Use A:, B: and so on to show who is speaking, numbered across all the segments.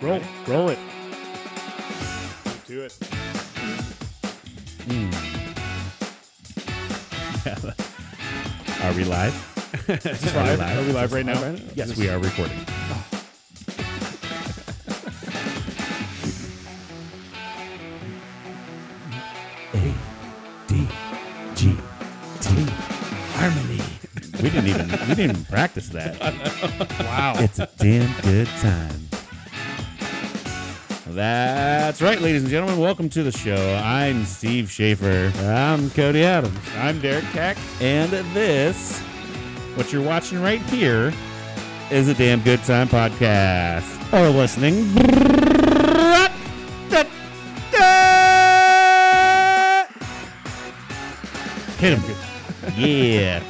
A: Roll, roll it.
B: Do it.
C: Are we live? Are we live?
B: Are we live right now?
C: Yes, we are recording. A D G T harmony. We didn't even we didn't even practice that.
B: Wow.
C: It's a damn good time. That's right, ladies and gentlemen. Welcome to the show. I'm Steve Schaefer. I'm Cody Adams.
B: I'm Derek Tack.
C: And this, what you're watching right here, is a damn good time podcast. Or listening. Hit him. yeah.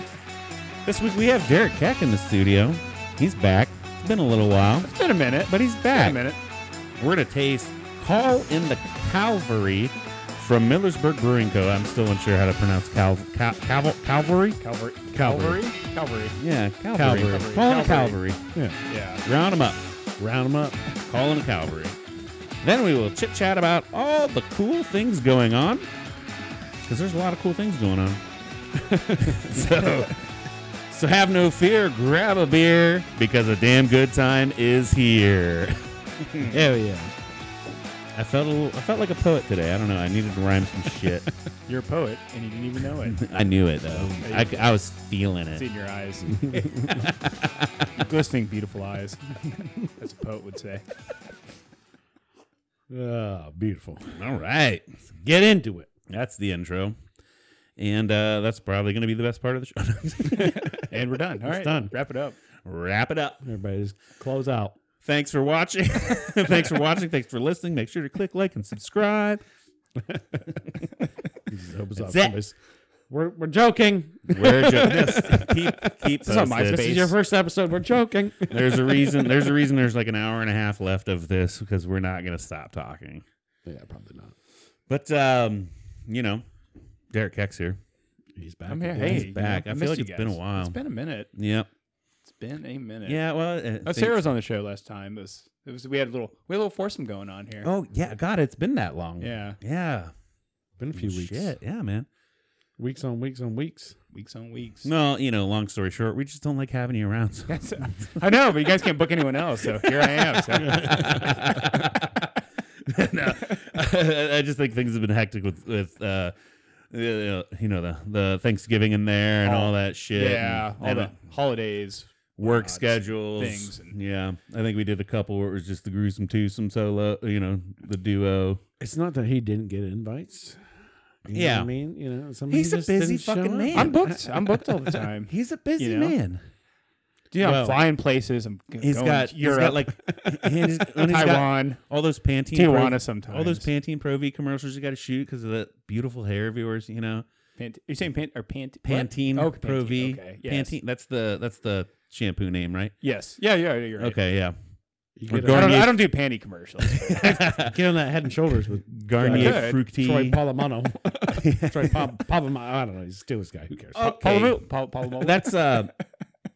C: This week we have Derek Keck in the studio. He's back. It's been a little while,
B: It's been a minute.
C: but he's
B: Been
C: back.
B: a minute.
C: We're gonna taste Call in the Calvary from Millersburg Brewing Co. I'm still unsure how to pronounce Cal, cal, cal- Calvary.
B: Calvary.
C: Calvary.
B: Calvary.
C: Yeah, Calvary.
B: Calvary.
C: Call in the
B: Calvary.
C: Calvary. Yeah,
B: Yeah.
C: round them up. Round them up. Call in the Calvary. Then we will chit chat about all the cool things going on, because there's a lot of cool things going on. so, so have no fear. Grab a beer because a damn good time is here.
A: Hell yeah.
C: I felt a little, I felt like a poet today. I don't know. I needed to rhyme some shit.
B: You're a poet, and you didn't even know it.
C: I knew it though. I, I was feeling
B: It's
C: it.
B: in your eyes. Glistening, beautiful eyes. As a poet would say.
A: Ah, beautiful.
C: All right,
A: Get into it.
C: that's the intro, and uh, that's probably going to be the best part of the show.
B: And we're done. All right.
A: done.
B: Wrap it up.
C: Wrap it up.
A: Everybody just close out.
C: Thanks for watching. Thanks for watching. Thanks for listening. Make sure to click like and subscribe.
A: Just opens up.
C: That's it.
A: Somebody's- We're, we're joking.
C: We're just keep keep
B: is
C: posted.
B: on MySpace.
A: This is your first episode. We're joking.
C: There's a reason. There's a reason. There's like an hour and a half left of this because we're not going to stop talking.
A: yeah, probably not.
C: But um, you know, Derek Keck's here.
A: He's back.
B: I'm here.
A: again.
B: Hey,
C: He's
B: you
C: back.
B: know,
C: I feel
B: missed
C: like
B: you
C: it's been a
B: guys.
C: while.
B: It's been a minute.
C: Yep.
B: It's been a minute.
C: Yeah. Well, uh, I
B: Oh,
C: think-
B: Sarah was on the show last time. It was, it was we had a little we had a little foursome going on here.
C: Oh yeah, God, it's been that long.
B: Yeah.
C: Yeah.
A: Been a few weeks.
C: Shit. Yeah, man.
A: Weeks on weeks on weeks.
B: Weeks on weeks.
C: No, you know, long story short, we just don't like having you around. so-
B: That's- I know, but you guys can't book anyone else, so here I am. So.
C: no, I, I just think things have been hectic with with uh, you know, you know, the the Thanksgiving in there and
B: All-
C: all, that shit.
B: Oh, yeah,
C: and-
B: all
C: and
B: the holidays.
C: work
B: odds,
C: schedules.
B: things and-
C: yeah, I think we did a couple where it was just the gruesome twosome solo. You know, the duo.
A: It's not that he didn't get invites. You know
C: Yeah.
A: what I mean, you know, some
C: He's a busy fucking man.
B: I'm booked. I'm booked all the time.
C: He's a busy
B: You know?
C: man.
B: Dude, I'm
C: Well,
B: flying places. I'm g-
C: He's
B: going
C: got
B: to
C: he's
B: Europe,
C: got like and he's- and he's got
B: Taiwan,
C: all those Pantene Pro-
B: Tijuana. Sometimes
C: all those Pantene Pro V commercials you got to shoot because of that beautiful hair of yours. You know,
B: Pant- You're saying Pant or Pant- what?
C: Pantene
B: Oh,
C: Pro V.
B: Okay. Yes.
C: Pantene. That's the that's the shampoo name, right?
B: Yes. Yeah. Yeah. You're right.
C: Okay. Yeah.
A: You
C: We're
A: get,
B: I
A: on,
B: don't,
C: Garnier-
B: I don't do panty commercials.
A: get on that head and shoulders with
C: Garnier
B: Good.
C: Fructis.
A: Troy Palomano. Troy pa- Palomano. I don't know. He's still this guy. Who cares?
C: Oh,
B: Paul
C: Okay.
B: Lemieux. Paul, Paul Lemieux.
C: That's uh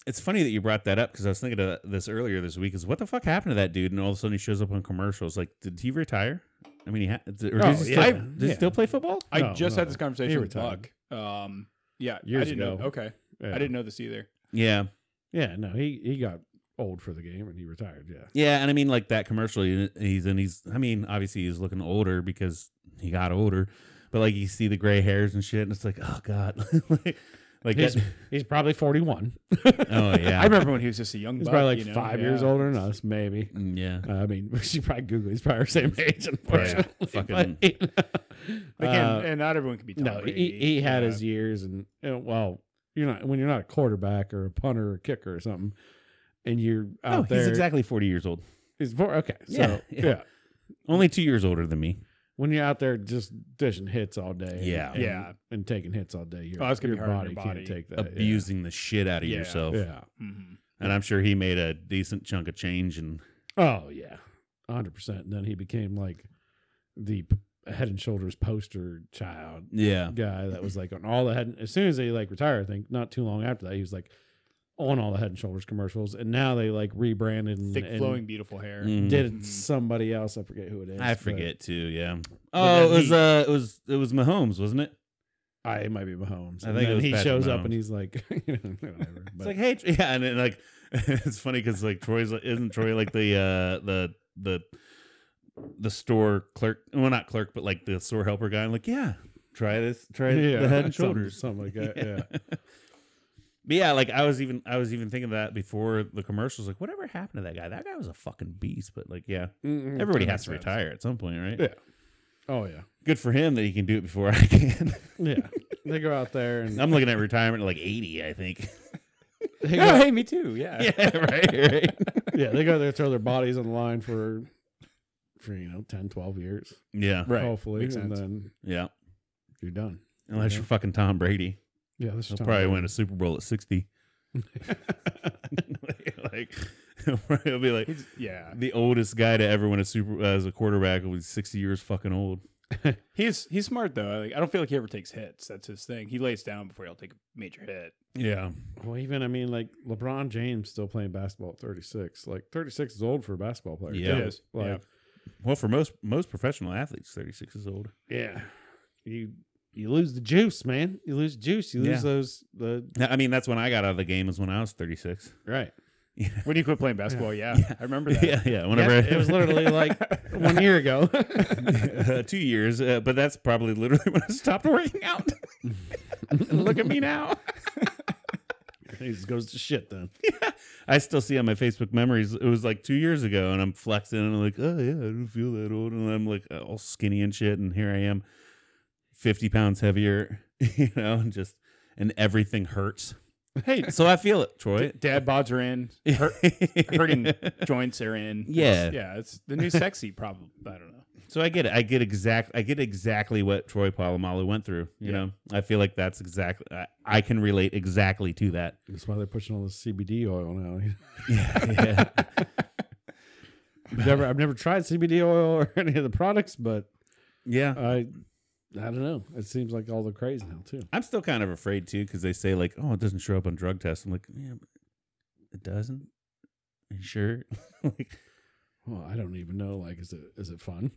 C: it's funny that you brought that up because I was thinking of this earlier this week. Is what the fuck happened to that dude? And all of a sudden he shows up on commercials. Like, did he retire? I mean, he ha- or
B: Oh,
C: does he,
B: yeah.
C: still, does he
A: Yeah.
C: still play football?
B: I
A: No,
B: just
A: no,
B: had this conversation with
A: retired.
B: Buck. Um, yeah, I
A: Years
B: didn't know.
A: ago.
B: Okay,
A: Yeah.
B: I didn't know this either.
C: Yeah,
A: Yeah, no, he he got old for the game and he retired. Yeah,
C: yeah. And I mean, like that commercial he- he's in. He's I mean, obviously he's looking older because he got older, but like you see the gray hairs and shit, and it's like, oh god, like, like
A: he's
C: that-
A: he's probably forty one.
C: oh yeah,
B: I remember when he was just a young.
A: He's
B: buck,
A: probably like
B: you know?
A: five
B: Yeah.
A: years older than us, maybe.
C: Mm, yeah.
A: Uh, I mean, she probably Google. He's probably our same age,
C: Right.
A: unfortunately.
C: Fucking-
A: but, you know,
B: Like, and,
A: uh,
B: and not everyone can be. Tom
A: no, he
B: Brady,
A: he had
B: yeah.
A: his years, and uh, well, you're not when you're not a quarterback or a punter or a kicker or something, and you're out
C: Oh,
A: there.
C: he's exactly forty years old.
A: he's four, okay, so
C: Yeah, yeah.
A: yeah,
C: Only two years older than me.
A: when you're out there just dishing hits all day, and-
C: Yeah.
A: and,
B: Yeah.
A: and taking hits all day, your,
B: Oh, it's gonna
A: your,
B: be hard on
A: body
B: your body.
A: can't take that. Uh, yeah.
C: abusing the shit out of
B: Yeah.
C: yourself.
A: yeah.
B: Mhm.
C: And I'm sure he made a decent chunk of change. And
A: Oh yeah, hundred percent. And then he became like the p- head and shoulders poster child
C: yeah,
A: guy that was like on all the head. As soon as he like retired, I think not too long after that, he was like on all the Head and Shoulders commercials, and now they like rebranded and,
B: Thick,
A: and Mm-hmm.
B: flowing, beautiful hair.
C: Mm.
A: did it
B: Mhm.
A: somebody else. I forget who it is.
C: I
A: but
C: forget too. Yeah.
A: But
C: Oh, it
A: then
C: was
A: he-
C: uh, it was it was Mahomes, wasn't it?
A: I it might be Mahomes.
C: I
A: and
C: think it
A: then
C: was
A: he
C: Patrick
A: shows up
C: Mahomes.
A: and he's like, you know, whatever.
C: It's
A: But
C: like hey, Tr- yeah, and then like it's funny because like Troy's like, isn't Troy like the uh the the the store clerk? Well, not clerk, but like the store helper guy. I'm like, yeah, try this, try the Head and
A: something-
C: Shoulders.
A: something like that. Yeah.
C: but yeah, like I was even I was even thinking that before the commercials. Like, whatever happened to that guy? That guy was a fucking beast. But like, yeah,
A: Mm-mm.
C: everybody
A: That
C: has to
A: makes sense.
C: retire at some point, right?
A: Yeah. Oh yeah,
C: Good for him that he can do it before I can.
A: yeah. they go out there and
C: I'm looking at retirement at like 80, I think.
A: they
B: Oh,
A: go,
B: hey, me too. Yeah.
C: yeah, right, right.
A: yeah, they go out there throw their bodies on the line for for you know 10, 12 years,
C: Yeah,
B: Right.
A: hopefully,
B: Makes
A: and
B: sense.
A: then
C: yeah.
A: you're done.
C: Unless
A: Yeah.
C: you're fucking Tom Brady,
A: Yeah, this
C: he'll
A: is Tom
C: probably
A: Brady.
C: win a Super Bowl at 60. like, he'll be like
B: He's- yeah.
C: the oldest guy to ever win a Super uh, as a quarterback. Will be 60 years fucking old.
B: He's he's smart though. Like, I don't feel like he ever takes hits. That's his thing. He lays down before he'll take a major hit.
C: Yeah,
A: Well, even I mean, like LeBron James still playing basketball at 36. Like 36 is old for a basketball player.
C: Yeah.
A: too.
B: It is.
A: Like,
B: yeah.
C: Well, for most most professional athletes, thirty six is old.
A: Yeah. You you lose the juice, man. You lose juice. You lose
C: Yeah.
A: those the
C: I mean, that's when I got out of the game. Is when I was thirty six.
A: right.
B: When you quit playing basketball, yeah,
C: Yeah.
B: I remember that.
C: Yeah, yeah. Whenever
A: Yeah, it was literally like one year ago.
C: uh, two years, uh, but that's probably literally when I stopped working out. Look at me now.
A: It just goes to shit then.
C: I still see on my Facebook memories. It was like two years ago, and I'm flexing and I'm like, oh yeah, I don't feel that old, and I'm like all skinny and shit, and here I am, fifty pounds heavier, you know, and just and everything hurts.
B: Hey,
C: So I feel it, Troy.
B: dad bods are in. Hurt, hurting joints are in.
C: Yeah.
B: It's- yeah. It's the new sexy problem. I don't know.
C: So I get it. I get exact. I get exactly what Troy Polamalu went through. You know, I feel like that's exactly. I, I can relate exactly to that.
A: That's why they're pushing all this CBD oil now.
C: Yeah,
A: never, I've never tried CBD oil or any of the products, but
C: yeah.
A: I I don't know. It seems like all the craze now too.
C: I'm still kind of afraid too because they say like, oh, it doesn't show up on drug tests. I'm like, yeah, but it doesn't. Are you sure? like,
A: Well, I don't even know. Like, is it is it fun?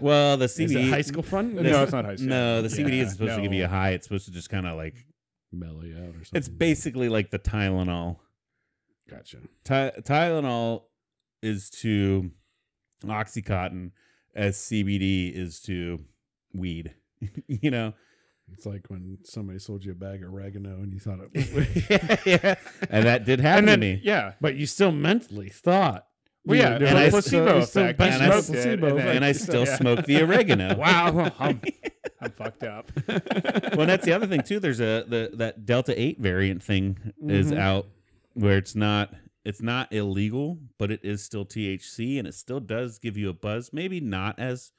C: well, the
A: Is it
C: CBD.
A: high school fun?
B: No, it's not high school.
C: no, the CBD
B: Yeah,
C: is supposed to give
B: no.
C: you a high. It's supposed to just kind of like.
A: mellow you out or something.
C: It's basically like the Tylenol.
A: gotcha.
C: Ty- Tylenol is to OxyContin as CBD is to weed. you know,
A: It's like when somebody sold you a bag of oregano and you thought it was,
C: yeah, yeah. and that did happen
B: And then,
C: to me.
B: yeah.
A: but you still mentally thought.
B: Well, yeah,
A: you-
B: and
C: I-
B: placebo
A: you still
B: effect.
A: based
C: And I
A: on
B: smoked it,
A: placebo
B: and
A: effect.
C: And I still
B: Yeah.
C: smoke the oregano.
B: Wow. I'm, I'm fucked up.
C: Well, that's the other thing too. There's a the that Delta Eight variant thing is
A: Mhm.
C: out where it's not it's not illegal, but it is still THC, and it still does give you a buzz. Maybe not as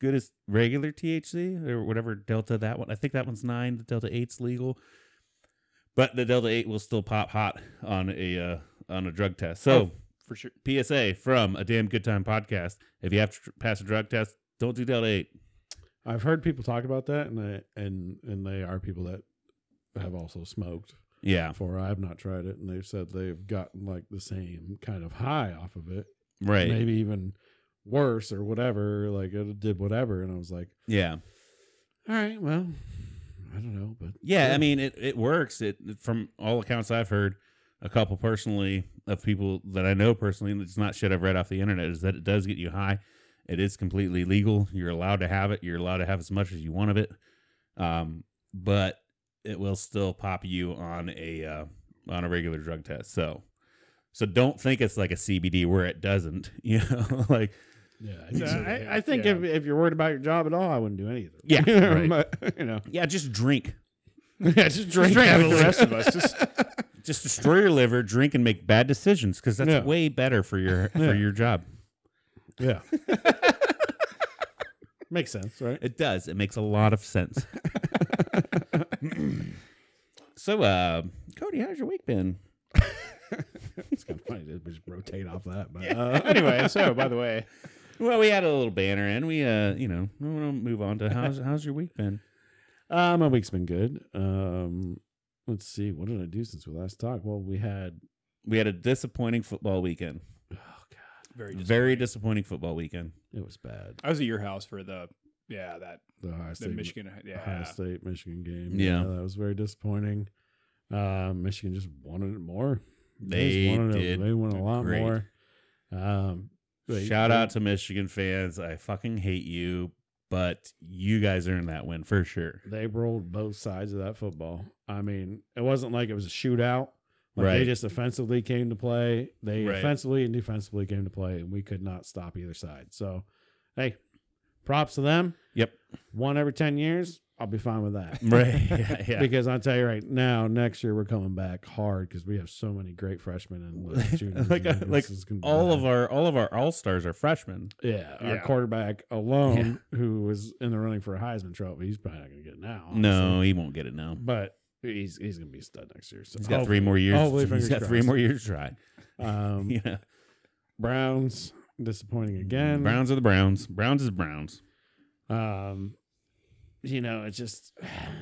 C: good as regular THC or whatever Delta that one. I think that one's nine. The Delta Eight's legal, but the Delta Eight will still pop hot on a uh, on a drug test. So
B: For sure.
C: PSA from a damn good time podcast: If you have to tr- pass a drug test, don't do Delta Eight.
A: I've heard people talk about that, and I, and and they are people that have also smoked
C: Yeah,
A: before. I have not tried it, and they've said they've gotten like the same kind of high off of it,
C: right.
A: maybe even worse or whatever. Like it did whatever, and I was like,
C: Yeah.
A: all right, well, I don't know, but
C: Yeah,
A: sure.
C: I mean it, it works. It from all accounts I've heard, a couple personally of people that I know personally, and it's not shit I've read off the internet, is that it does get you high. It is completely legal. You're allowed to have it. You're allowed to have as much as you want of it. Um, but it will still pop you on a uh, on a regular drug test. So so don't think it's like a CBD where it doesn't. You know, like
A: yeah, I,
B: No,
A: think so.
B: I-
A: I, I think
B: yeah.
A: if, if you're worried about your job at all, I wouldn't do any of it.
C: Yeah,
A: you know,
C: yeah, just drink.
A: yeah, just drink,
B: Drink
A: heavily.
B: like the rest of us. Just
C: Just destroy your liver, drink, and make bad decisions because that's
A: Yeah.
C: way better for your for
A: Yeah.
C: your job.
A: Yeah. Makes sense, right?
C: It does. It makes a lot of sense. so, uh, Cody, how's your week been?
A: It's kind of funny to just rotate off that. But uh,
B: anyway, so by the way,
C: Well, we had a little banner, and we, uh, you know, we want to move on to how's how's your week been?
A: uh, my week's been good. Um, Let's see. What did I do since we last talked? Well, we had.
C: We had a disappointing football weekend.
A: Oh god,
B: Very,
C: Very disappointing football weekend.
A: it was bad.
B: I was at your house for the yeah that
A: The Ohio
B: the
A: State,
B: Michigan yeah
A: Ohio State, Michigan game.
C: Yeah.
A: that was very disappointing. Uh, Michigan just wanted it more.
C: They
A: just wanted
C: did
A: It, they wanted a lot
C: great.
A: more. Um, they-
C: Shout
A: they-
C: out to Michigan fans. I fucking hate you, but you guys earned that win for sure.
A: they rolled both sides of that football. I mean, it wasn't like it was a shootout. Like
C: Right.
A: they just offensively came to play. They
C: Right.
A: offensively and defensively came to play, and we could not stop either side. So, hey, props to them.
C: Yep.
A: One every ten years, I'll be fine with that.
C: Right. Yeah. yeah.
A: Because I'll tell you right now, next year we're coming back hard because we have so many great freshmen and like, juniors.
C: Like, uh,
A: and
C: like,
A: this is gonna be
C: all
A: bad.
C: of our all of our all stars are freshmen.
A: yeah, our
B: Yeah.
A: quarterback alone, who was in the running for a Heisman trophy, he's probably not going to get it now. obviously
C: No, he won't get it now.
A: but he's he's gonna be a stud next year. So oh,
C: He's got three more years.
A: hopefully,
C: He's
A: fingers
C: got three
A: crossed.
C: more years to try.
A: Um,
C: Yeah. Mm,
A: Browns disappointing again.
C: Browns are the Browns. Browns is Browns.
A: Um, you know, it's just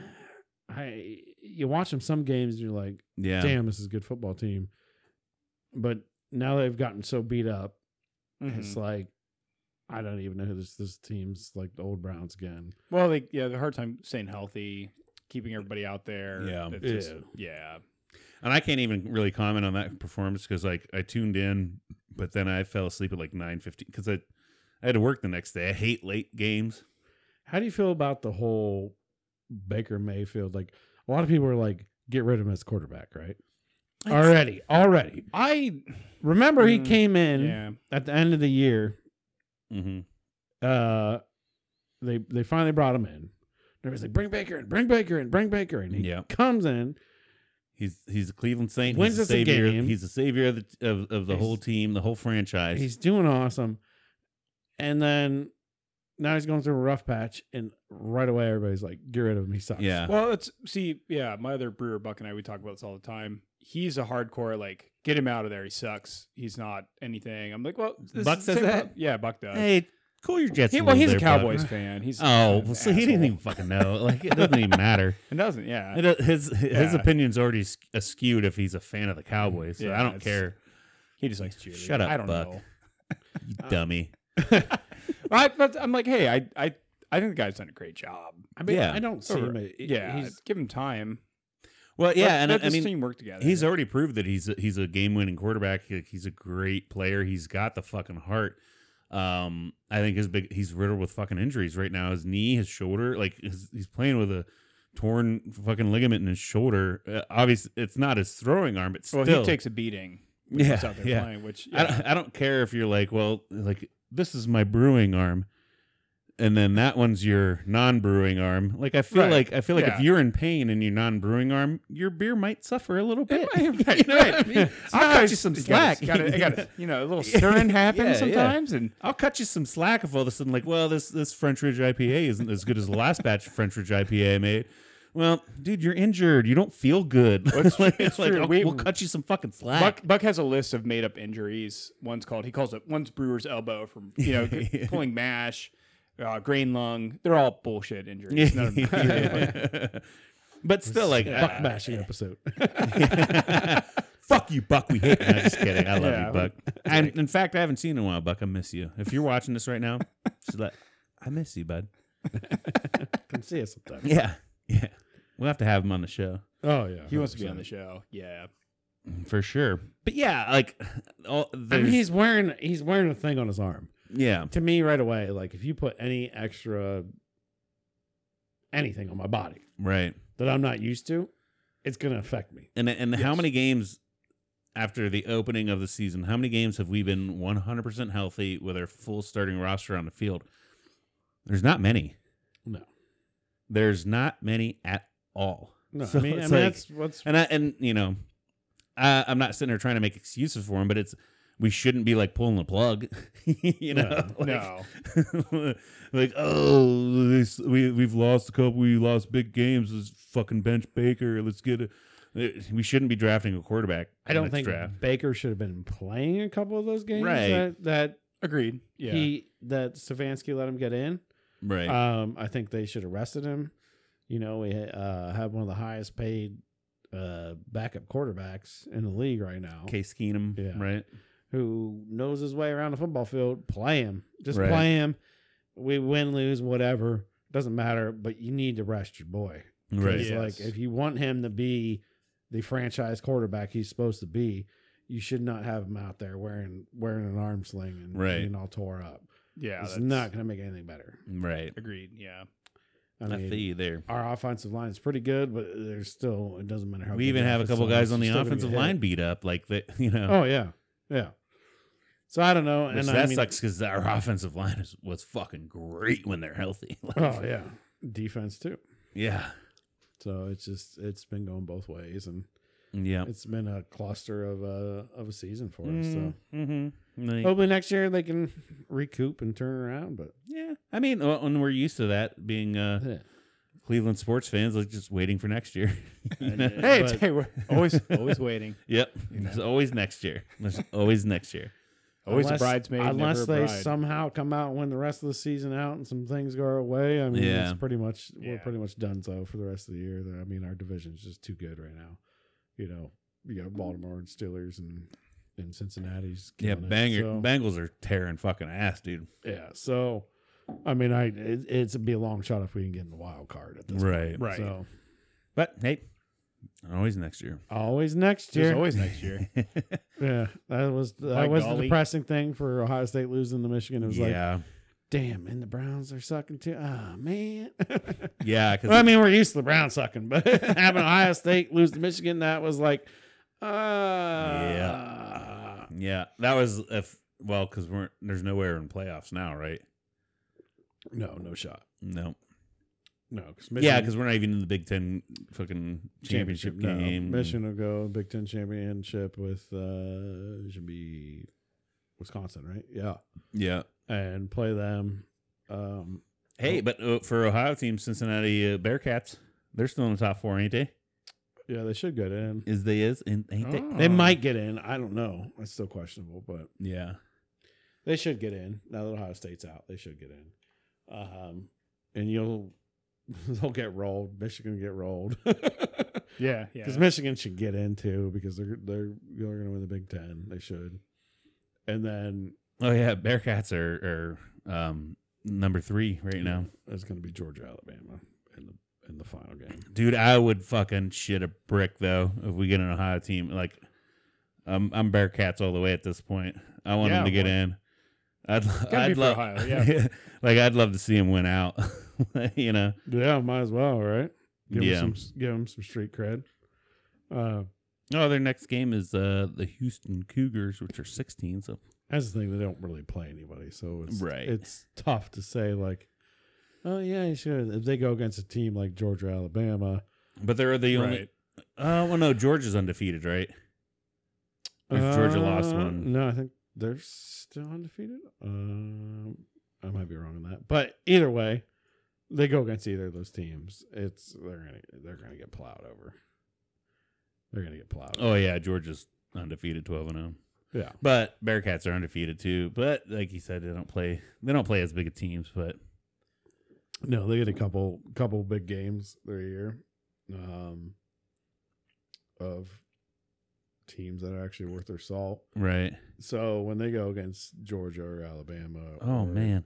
A: I you watch them some games and you're like,
C: Yeah.
A: damn, this is a good football team, but now they've gotten so beat up,
B: Mhm.
C: Mm-hmm.
A: it's like. I don't even know who this this team's like the old Browns again.
B: well they yeah the hard time staying healthy keeping everybody out there
C: Yeah.
B: it's just-
A: Ew.
B: yeah
C: And I can't even really comment on that performance because like I tuned in, but then I fell asleep at like nine fifteen because I I had to work the next day. I hate late games.
A: How do you feel about the whole Baker Mayfield? Like a lot of people are like, get rid of him as quarterback, right? Already, already.
B: I
A: Remember, he
B: Mm,
A: came in
B: yeah
A: at the end of the year.
C: Mm-hmm.
A: Uh, they they finally brought him in. They was like, bring Baker in, bring Baker in, bring Baker in. He
C: Yeah.
A: comes in.
C: He's he's a Cleveland Saint.
A: Wins
C: he's
A: us a
C: savior.
A: game.
C: He's the savior of the of, of the
A: He's-
C: whole team, the whole franchise.
A: He's doing awesome, and then now he's going through a rough patch. And right away, everybody's like, get rid of him. He sucks.
C: yeah.
B: well it's see yeah my other brewer buck and I we talk about this all the time he's a hardcore like get him out of there he sucks he's not anything I'm like well this
C: Buck
B: is the
C: says
B: same
C: that?
B: problem. yeah Buck does
C: Uh, hey, cool your jets.
B: He- well he's a
C: little there, bud.
B: Cowboys fan he's
C: Oh,
B: an
C: so he didn't
B: asshole.
C: even fucking know. Like it doesn't even matter.
B: it doesn't yeah
C: It, does- his his
B: Yeah.
C: opinion's already s- askewed if he's a fan of the Cowboys. So
B: Yeah,
C: I don't
B: it's-
C: care.
B: He just likes cheerleading.
C: Shut up,
B: I don't
C: Buck.
B: know.
C: You dummy.
B: I, but I'm like, hey, I, I, I think the guy's done a great job.
A: I mean,
C: Yeah.
A: I don't see him. It-
B: yeah,
A: he's
B: give him time.
C: Well, yeah,
B: Let-
C: and
B: let
C: I
B: this
C: mean,
B: team work together.
C: He's already proved that he's a, he's a game winning quarterback. He- he's a great player. He's got the fucking heart. Um, I think his big he's riddled with fucking injuries right now. His knee, his shoulder, like his, he's playing with a torn fucking ligament in his shoulder. Uh, obviously, it's not his throwing arm, but still,
B: well, he takes a beating. When
C: Yeah,
B: he's out there
C: yeah.
B: playing, which
C: I,
B: yeah.
C: don't, I don't care if you're like, well, like this is my brewing arm, and then that one's your non-brewing arm. Like I feel
B: Right.
C: like I feel like
B: Yeah.
C: if you're in pain and your non-brewing arm, your beer might suffer a little bit.
B: might- right, right. It's
C: I'll
B: not-
C: cut you some
B: you gotta-
C: slack.
B: you gotta- you gotta- you know, a little stirring happens
C: Yeah, yeah.
B: sometimes, and
C: I'll cut you some slack if all of a sudden, like, well, this this French Ridge IPA isn't as good as the last batch of French Ridge IPA I made. Well, dude, you're injured. You don't feel good. like,
B: it's
C: like,
B: true.
C: I'll-
B: We-
C: we'll cut you some fucking slack.
B: Buck Buck has a list of made up injuries. One's called he calls it one's Brewer's elbow from you know pulling mash, uh, grain lung. They're all bullshit injuries. None of them-
C: but still, like,
A: a buck
C: I-
A: bashing episode.
C: fuck you, Buck. We hate you. I'm just kidding. I love
B: Yeah.
C: you, Buck. And in fact, I haven't seen you in a while, Buck. I miss you. If you're watching this right now, just let, I miss you, bud.
A: Can see it sometimes.
C: Yeah. Yeah. We'll have to have him on the show.
A: Oh yeah,
B: he wants to be on
A: 100%.
B: the show. Yeah,
C: For sure. But yeah, like, all,
A: I mean,
C: there's-
A: he's wearing he's wearing a thing on his arm.
C: yeah.
A: to me right away like if you put any extra anything on my body
C: Right.
A: that i'm not used to it's going to affect me
C: And and how
B: Yes.
C: many games after the opening of the season? How many games have we been 100% healthy with our full starting roster on the field? There's not many.
A: No.
C: There's not many at all.
A: no
C: So
A: i mean, I
C: it's
A: mean,
C: like-
A: that's what's
C: And I and you know, I, I'm not sitting there trying to make excuses for him, but it's we shouldn't be like pulling the plug, you know. like-
B: no,
C: like oh this, we we've lost a couple we lost big games let's fucking bench baker let's get a we shouldn't be drafting a quarterback
A: i don't
C: next
A: think
C: draft.
A: baker should have been playing a couple of those games
C: Right.
A: that, that
B: agreed. Yeah,
A: he that Savansky let him get in
C: right
A: Uh, um i think they should have arrested him you know we uh had one of the highest paid uh, backup quarterbacks in the league right now
C: Case Keenum,
A: Yeah.
C: right?
A: who knows his way around the football field. Play him, just
C: Right.
A: play him. We win, lose, whatever doesn't matter. But you need to rest your boy. 'Cause,
C: Right.
B: Yeah.
A: Like
B: Yes.
A: if you want him to be the franchise quarterback he's supposed to be, you should not have him out there wearing wearing an arm sling and
C: Right.
A: being all tore up.
B: Yeah,
A: it's
B: that's-
A: not going to make anything better.
C: Right.
B: agreed. Yeah,
A: I
C: I,
A: mean,
C: feel you there.
A: our offensive line is pretty good, but there's still it doesn't matter how.
C: We
A: good
C: even
A: the
C: have a
A: offensive
C: couple
A: line
C: guys
A: is,
C: on the
A: you're still gonna
C: offensive
A: get hit.
C: line beat up, like that. You know,
A: Oh yeah, yeah. So I don't know,
C: which
A: and
C: that
A: I mean,
C: sucks because our offensive line is, was fucking great when they're healthy. Like,
A: Oh yeah, defense too.
C: yeah,
A: So it's just it's been going both ways, and
C: yeah.
A: it's been a cluster of a of a season for us. So
C: Mm-hmm.
A: hopefully next year they can recoup and turn around. But
C: yeah, I mean, uh, and we're used to that being uh,
A: yeah.
C: Cleveland sports fans, like just waiting for next year. You know?
B: Hey,
A: But-
B: hey, we're always always waiting.
C: Yep, there's always next year. There's always next year.
B: Always
A: Unless-
B: a bridesmaid.
A: unless
B: never a
A: they
B: bride.
A: somehow come out and win the rest of the season out and some things go our way, I mean,
C: Yeah.
A: it's pretty much we're
B: Yeah.
A: pretty much done. So for the rest of the year, I mean, our division's just too good right now. You know, you got Baltimore and Steelers and and Cincinnati's
C: Yeah,
A: killing it.
C: banger,
A: So-
C: Bengals are tearing fucking ass, dude.
A: Yeah. So, I mean, I it, it's it'd be a long shot if we can get in the wild card at this
C: Right.
A: point.
B: Right.
A: So
C: But hey, always next year.
A: always next
B: There's
A: year.
B: always next year.
A: yeah. That was that
B: By
A: was the
B: golly.
A: depressing thing for Ohio State losing to Michigan. It was like,
C: yeah,
A: damn, and the Browns are sucking too. Ah man.
C: yeah. Because
A: well, I mean, we're used to the Browns sucking, but having Ohio State lose to Michigan, that was like, uh, yeah.
C: yeah, that was if well, because we're there's nowhere in playoffs now, right?
A: No, no shot.
C: No.
A: No, because
C: Yeah, because we're not even in the Big Ten fucking championship,
A: no.
C: game.
A: Michigan will go Big Ten championship with uh should be Wisconsin, right? Yeah,
C: Yeah.
A: and play them. Um,
C: Hey, but uh, for Ohio team, Cincinnati uh, Bearcats, they're still in the top four, ain't they?
A: yeah, they should get in. Um,
C: Is they is and ain't
B: Oh.
C: they?
A: They might get in. I don't know. It's still questionable, but
C: Yeah.
A: they should get in. Now that Ohio State's out, they should get in. Um, and you'll they'll get rolled. Michigan will get rolled because
B: Yeah, yeah.
A: Michigan should get in too because they're they're they're going to win the Big Ten. They should, and then
C: Oh yeah, Bearcats are are um, number three right now,
A: It's going to be Georgia Alabama in the in the final game.
C: dude. I would fucking shit a brick though if we get an Ohio team. Like, I'm I'm Bearcats all the way at this point. I want
B: Yeah,
C: them to get
B: well,
C: in. I'd
B: be
C: I'd
B: for
C: love
B: Ohio, yeah.
C: like I'd love to see him win out. you know,
A: Yeah, might as well, right? Give
C: yeah.
A: them some give them some street cred. Uh,
C: oh, their next game is uh, the Houston Cougars, which are 16. So
A: that's the thing; they don't really play anybody, so it's
C: Right.
A: it's tough to say like, oh yeah, sure. If they go against a team like Georgia Alabama,
C: But they're the only.
B: Right.
C: Uh, well, no, Georgia's undefeated, right? Or Georgia lost
A: uh,
C: one.
A: No, I think they're still undefeated. Um, I might be wrong on that, but either way, they go against either of those teams. It's they're gonna they're gonna get plowed over. They're gonna get plowed.
C: Oh yeah, Georgia's undefeated, twelve and zero.
A: Yeah.
C: But Bearcats are undefeated too. But like you said, they don't play. They don't play as big of teams. But
A: No, they get a couple couple big games their year, um, of teams that are actually worth their salt.
C: right.
A: So when they go against Georgia or Alabama,
C: Oh
A: or
C: man,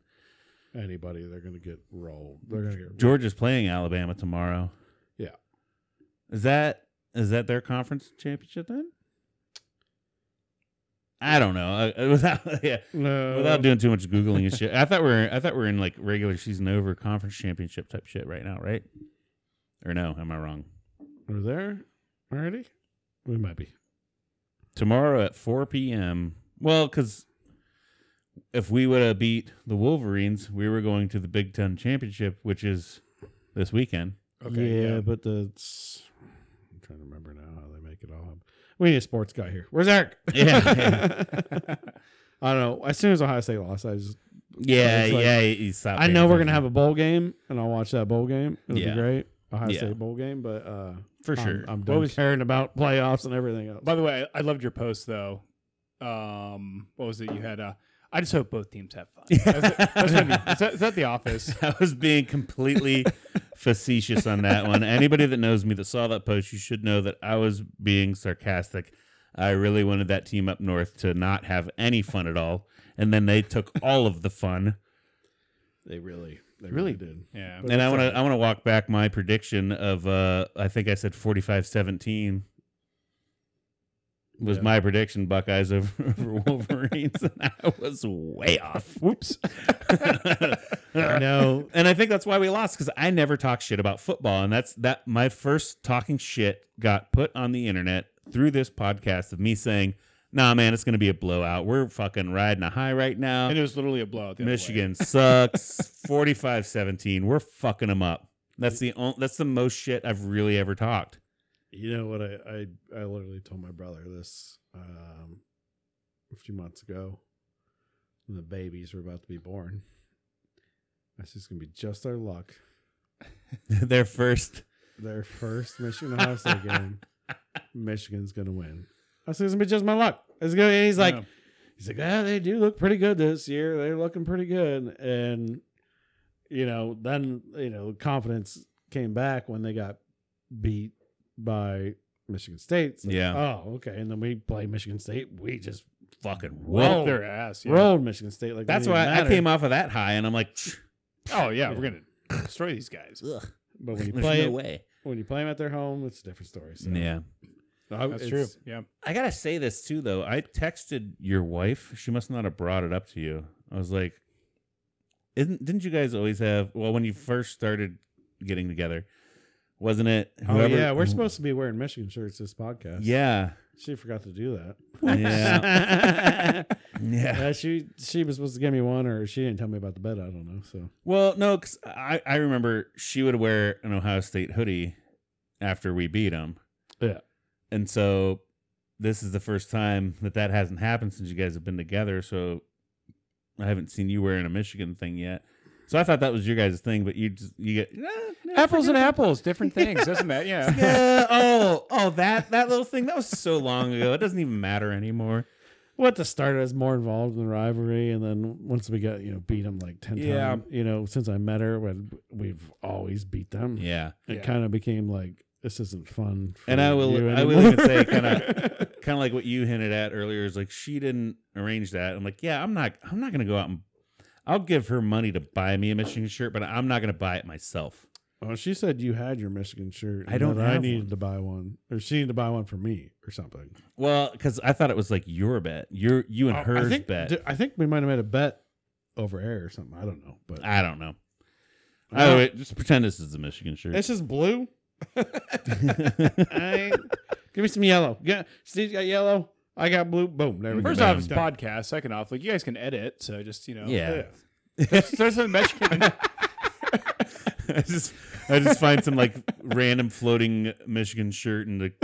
A: anybody, they're gonna get rolled. They're gonna get
C: Georgia's playing Alabama tomorrow.
A: Yeah.
C: Is that is that their conference championship then? I don't know. Uh, without yeah,
A: No,
C: without doing too much googling and shit. I thought we we're I thought we we're in like regular season over conference championship type shit right now, right? Or no? Am I wrong?
A: We're there already? We might be.
C: tomorrow at 4 p.m. Well, because if we would have beat the Wolverines, we were going to the Big Ten championship, which is this weekend.
B: Okay,
A: yeah,
B: yeah.
A: but the it's- I'm trying to remember now how they make it all up. We need a sports guy here. Where's Eric?
C: Yeah.
A: I don't know. As soon as Ohio State lost, I just
C: Yeah,
A: It's like-
C: yeah. You stop
A: I
C: paying
A: know we're gonna have
C: attention.
A: a bowl game and I'll watch that bowl game. It'll
C: Yeah.
A: be great. Ohio
C: Yeah.
A: State bowl game, but uh
C: for
A: I'm-
C: sure.
A: I'm, done
B: was-
A: caring about playoffs and everything else.
B: By the way, I I loved your post though. Um, what was it you had? Uh, I just hope both teams have fun. That's, that's what I mean. Is that- is that the office?
C: I was being completely facetious on that one. Anybody that knows me that saw that post, you should know that I was being sarcastic. I really wanted that team up north to not have any fun at all, and then they took all of the fun.
A: They really, they
C: Really?
A: really, did.
B: Yeah.
A: But
C: And I
A: it's
C: want
A: all
C: to
A: right.
C: I want to walk back my prediction of uh I think I said 45-17 was
A: Yeah.
C: my prediction Buckeyes over, over Wolverines and I was way off.
B: Whoops. Uh,
C: no, and I think that's why we lost because I never talk shit about football, and that's that. My first talking shit got put on the internet through this podcast of me saying, "Nah, man, it's gonna be a blowout. We're fucking riding a high right now.
B: And it was literally a blowout. the other way.
C: Michigan sucks. 45-17. We're fucking them up." That's the only, that's the most shit I've really ever talked.
A: You know what? I, I, I literally told my brother this um, a few months ago when the babies were about to be born. I said, it's going to be just our luck.
C: Their first,
A: Their first Michigan Ohio State game, Michigan's going to win. I said, it's going to be just my luck. It's gonna, and he's like,
B: Yeah.
A: he's like, ah, they do look pretty good this year. They're looking pretty good. And, you know, then, you know, confidence came back when they got beat by Michigan State. It's like,
C: Yeah.
A: Oh, okay. And then we play Michigan State. We just
C: fucking
B: Whoop
A: Whoa.
C: whoa.
B: oh, their ass. Yeah.
A: rolled Michigan State. Like
C: That's
A: it didn't
C: why I
A: matter.
C: came off of that high, and I'm like,
B: Oh yeah, we're gonna destroy these guys.
C: ugh,
A: But when you
C: there's
A: play
C: no
A: it-
C: way.
A: when you play them at their home, it's a different story. So.
C: Yeah.
A: I-
B: That's true.
A: it's-
B: Yeah.
C: I gotta say this too, though. I texted your wife. She must not have brought it up to you. I was like, "Isn't didn't you guys always have? Well, when you first started getting together, wasn't it?
A: oh yeah, we're supposed to be wearing Michigan shirts this podcast.
C: Yeah,
A: She forgot to do that.
C: Yeah. yeah.
A: Uh, she she was supposed to give me one, or she didn't tell me about the bet. I don't know. So
C: Well, no, because I I remember she would wear an Ohio State hoodie after we beat them.
A: Yeah.
C: and so this is the first time that that hasn't happened since you guys have been together. So I haven't seen you wearing a Michigan thing yet. So I thought that was your guys' thing, but you just you get
B: Apples and apples, different things. Doesn't matter. Yeah.
C: yeah, oh oh that that little thing that was so long ago. It doesn't even matter anymore.
A: well, at the start, I was more involved in the rivalry, and then once we got you know beat them like ten
B: Yeah.
A: times, you know, since I met her, when we've always beat them.
C: Yeah,
A: It
B: Yeah.
A: kind of became like this isn't fun. for
C: and I will
A: you
C: I will
A: anymore.
C: even say kind of kind of like what you hinted at earlier is like she didn't arrange that. I'm like yeah, I'm not I'm not gonna go out and I'll give her money to buy me a Michigan shirt, but I'm not gonna buy it myself.
A: Oh, she said you had your Michigan shirt.
C: I
A: and
C: don't
A: that I
C: have
A: needed
C: one.
A: to buy one, or she needed to buy one for me, or something.
C: Well, because I thought it was like your bet, your you and
A: Oh,
C: hers
A: I think,
C: bet.
A: d- I think we might have made a bet over air or something. I don't know, but
C: I don't know.
A: I don't-
C: Oh, wait, just pretend this is a Michigan shirt.
A: It's just blue. I- give me some yellow. Yeah, Steve's got yellow. I got blue. Boom. There we
B: First
A: go.
B: off, it's podcast. Second off, like you guys can edit, so just you know.
C: yeah,
B: There's, there's a Mexican.
C: I just I just find some like random floating Michigan shirt and like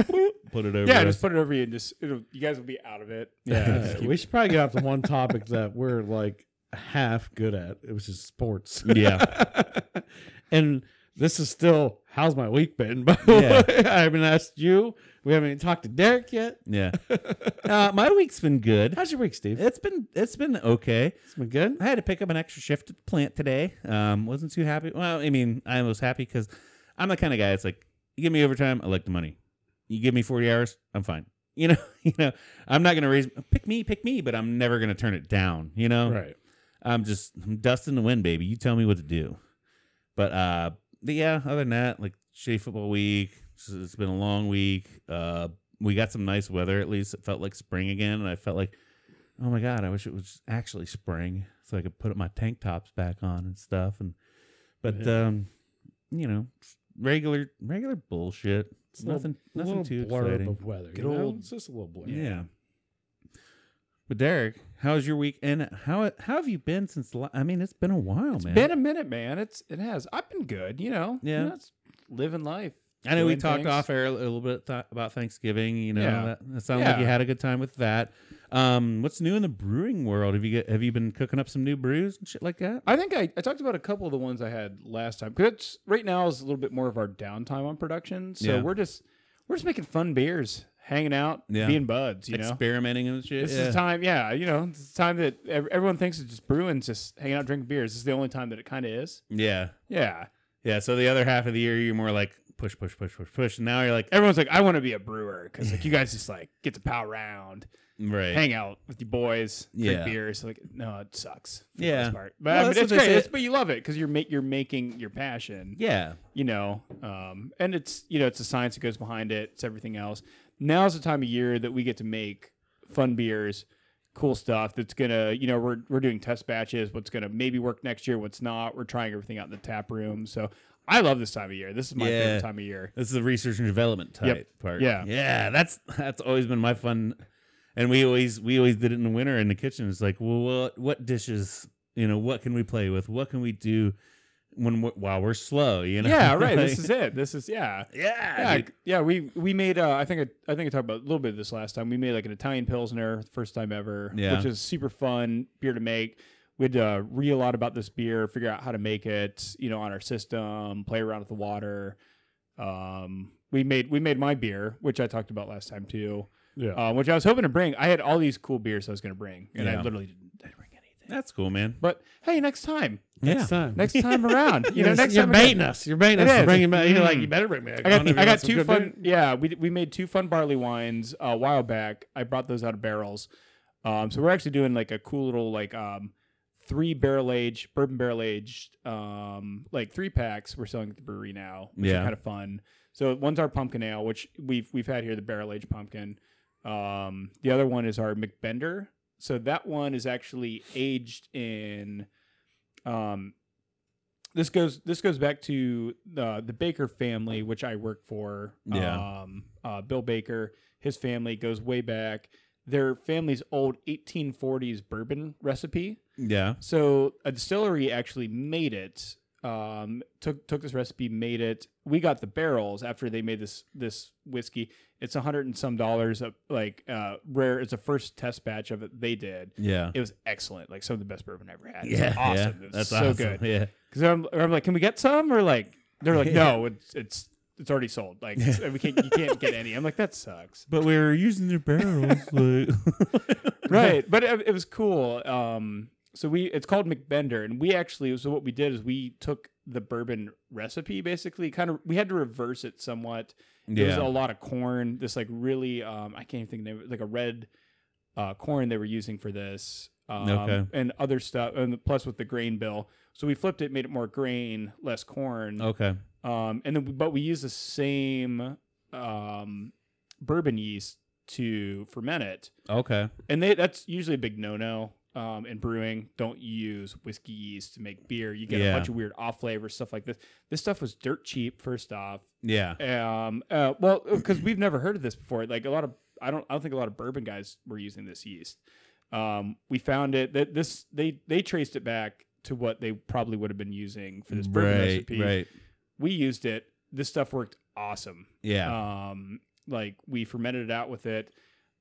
C: put it over.
B: yeah,
C: us.
B: just put it over you and just it'll, you guys will be out of it.
A: Yeah,
B: Just keep-
A: Uh, we should probably get off the one topic that we're like half good at, It was just sports.
C: yeah.
A: and this is still how's my week been? But
C: Yeah.
A: I haven't asked you. We haven't even talked to Derek yet.
C: yeah. Uh, my week's been good.
A: How's your week, Steve?
C: It's been it's been okay.
A: It's been good.
C: I had to pick up an extra shift at the plant today. Um, wasn't too happy. Well, I mean, I was happy because I'm the kind of guy. It's like you give me overtime, I like the money. You give me 40 hours, I'm fine. You know, you know, I'm not gonna raise pick me, pick me, but I'm never gonna turn it down. You know,
A: Right.
C: I'm just I'm dust in the wind, baby. You tell me what to do. But uh, but yeah, other than that, like shea football week. s- It's been a long week. Uh, we got some nice weather. At least it felt like spring again, and I felt like, oh my god, I wish it was actually spring so I could put my tank tops back on and stuff. And but
A: Yeah.
C: um, you know, regular regular bullshit.
A: It's a
C: nothing
A: little,
C: nothing
A: little
C: too
A: blurb
C: exciting.
A: of weather.
B: Good
A: you know?
B: old-
A: It's just a little blurb.
C: yeah. But Derek, how's your week? And how how have you been since? the la- I mean, it's been a while, man.
B: Been a minute, man. It's it has. I've been good, you know.
C: Yeah.
B: You know, it's living life.
C: I know we
B: doing
C: talked
B: things.
C: off air a little bit th- about Thanksgiving. You know,
B: Yeah.
C: that, that sounds like
B: Yeah.
C: you had a good time with that. Um, what's new in the brewing world? Have you get, have you been cooking up some new brews and shit like that?
B: I think I, I talked about a couple of the ones I had last time. Because right now is a little bit more of our downtime on production. So
C: Yeah.
B: we're just we're just making fun beers, hanging out,
C: Yeah.
B: being buds, you know.
C: Experimenting and shit.
B: This
C: yeah.
B: is the time, yeah, you know, it's the time that ev- everyone thinks it's just brewing, just hanging out, drinking beers. This is the only time that it kind of is.
C: yeah,
B: Yeah.
C: Yeah. So the other half of the year, you're more like push, push, push, push, push. And now you're like,
B: Everyone's like, I want to be a brewer because like you guys just like get to pow around,
C: right.
B: hang out with your boys,
C: Yeah.
B: drink beers. Like, no, it sucks. For the
C: Yeah.
B: most part. but
C: Well,
B: I mean,
C: that's what
B: it's
C: they
B: great.
C: say.
B: It's, but you love it because you're make you're making your passion.
C: Yeah.
B: you know um, and it's you know it's the science that goes behind it it's everything else now's the time of year that we get to make fun beers cool stuff that's gonna you know we're, we're doing test batches what's gonna maybe work next year what's not we're trying everything out in the tap room so i love this time of year this is my
C: Yeah.
B: favorite time of year
C: This is the research and development type
B: Yep.
C: part.
B: Yeah.
C: Yeah. That's that's always been my fun. And we always we always did it in the winter in the kitchen. It's like, well, what what dishes, you know, what can we play with? What can we do when we're, while we're slow, you know?
B: yeah right
C: Like,
B: this is it this is yeah
C: yeah.
B: yeah,
C: dude.
B: yeah, we we made. Uh, I think I, I think I talked about a little bit of this last time. We made like an Italian pilsner, first time ever,
C: Yeah.
B: which is super fun beer to make. We had to read a lot about this beer, figure out how to make it, you know, on our system, play around with the water. Um, we made we made my beer, which I talked about last time too,
A: Yeah.
B: uh, which I was hoping to bring. I had all these cool beers I was going to bring, and
C: Yeah.
B: I literally didn't, didn't bring anything.
C: That's cool, man.
B: But hey, next time,
A: next
C: yeah.
A: time.
B: next time around, you know, next
A: you're
B: time again.
A: baiting us. You're baiting
B: It
A: us. You're
B: is.
A: bringing back. You're like,
B: Mm.
A: you better bring me. back
B: I
A: on
B: got,
A: if you
B: I
A: want
B: got
A: some
B: two
A: good
B: fun.
A: beer.
B: Yeah, we, we made two fun barley wines uh, a while back. I brought those out of barrels. Um, so we're actually doing like a cool little like um, three barrel aged bourbon barrel aged um, like three packs. We're selling at the brewery now, which
C: Yeah.
B: are kind of fun. So one's our pumpkin ale, which we've we've had here the barrel aged pumpkin. Um, the other one is our McBender. So that one is actually aged in um, this goes this goes back to the the Baker family, which I work for.
C: Yeah.
B: Um, uh, Bill Baker, his family goes way back. Their family's old 1840s bourbon recipe.
C: Yeah.
B: So a distillery actually made it. Um, took took this recipe, made it. We got the barrels after they made this this whiskey. It's a hundred and some dollars. Of, like uh, rare. It's a first test batch of it they did.
C: Yeah.
B: It was excellent. Like some of the best bourbon I ever had. It was
C: Yeah.
B: awesome.
C: Yeah.
B: It was
C: That's
B: so
C: awesome.
B: good.
C: Yeah.
B: Because I'm, I'm like, can we get some? Or like, they're like,
C: Yeah.
B: no, it's it's it's already sold. Like, it's- we can't you can't get any. I'm like, that sucks.
C: But we were using their barrels.
B: Right, but it, it was cool. Um, so we it's called McBender, and we actually so what we did is we took the bourbon recipe basically kind of we had to reverse it somewhat. It was
C: Yeah.
B: a lot of corn. This like really um I can't even think of the name of it, like a red uh corn they were using for this. Um,
C: Okay.
B: and other stuff and plus with the grain bill. So we flipped it, made it more grain, less corn.
C: okay.
B: um, and then we- but we use the same um, bourbon yeast to ferment it,
C: Okay.
B: and they, that's usually a big no-no um, in brewing. Don't use whiskey yeast to make beer. You get
C: Yeah.
B: a bunch of weird off flavors, stuff like this. This stuff was dirt cheap. First off,
C: Yeah.
B: um, uh, well, because we've never heard of this before. Like a lot of, I don't, I don't think a lot of bourbon guys were using this yeast. Um, we found it that this they they traced it back to what they probably would have been using for this bourbon
C: right.
B: recipe
C: Right.
B: we used it. This stuff worked awesome.
C: Yeah.
B: Um, like we fermented it out with it.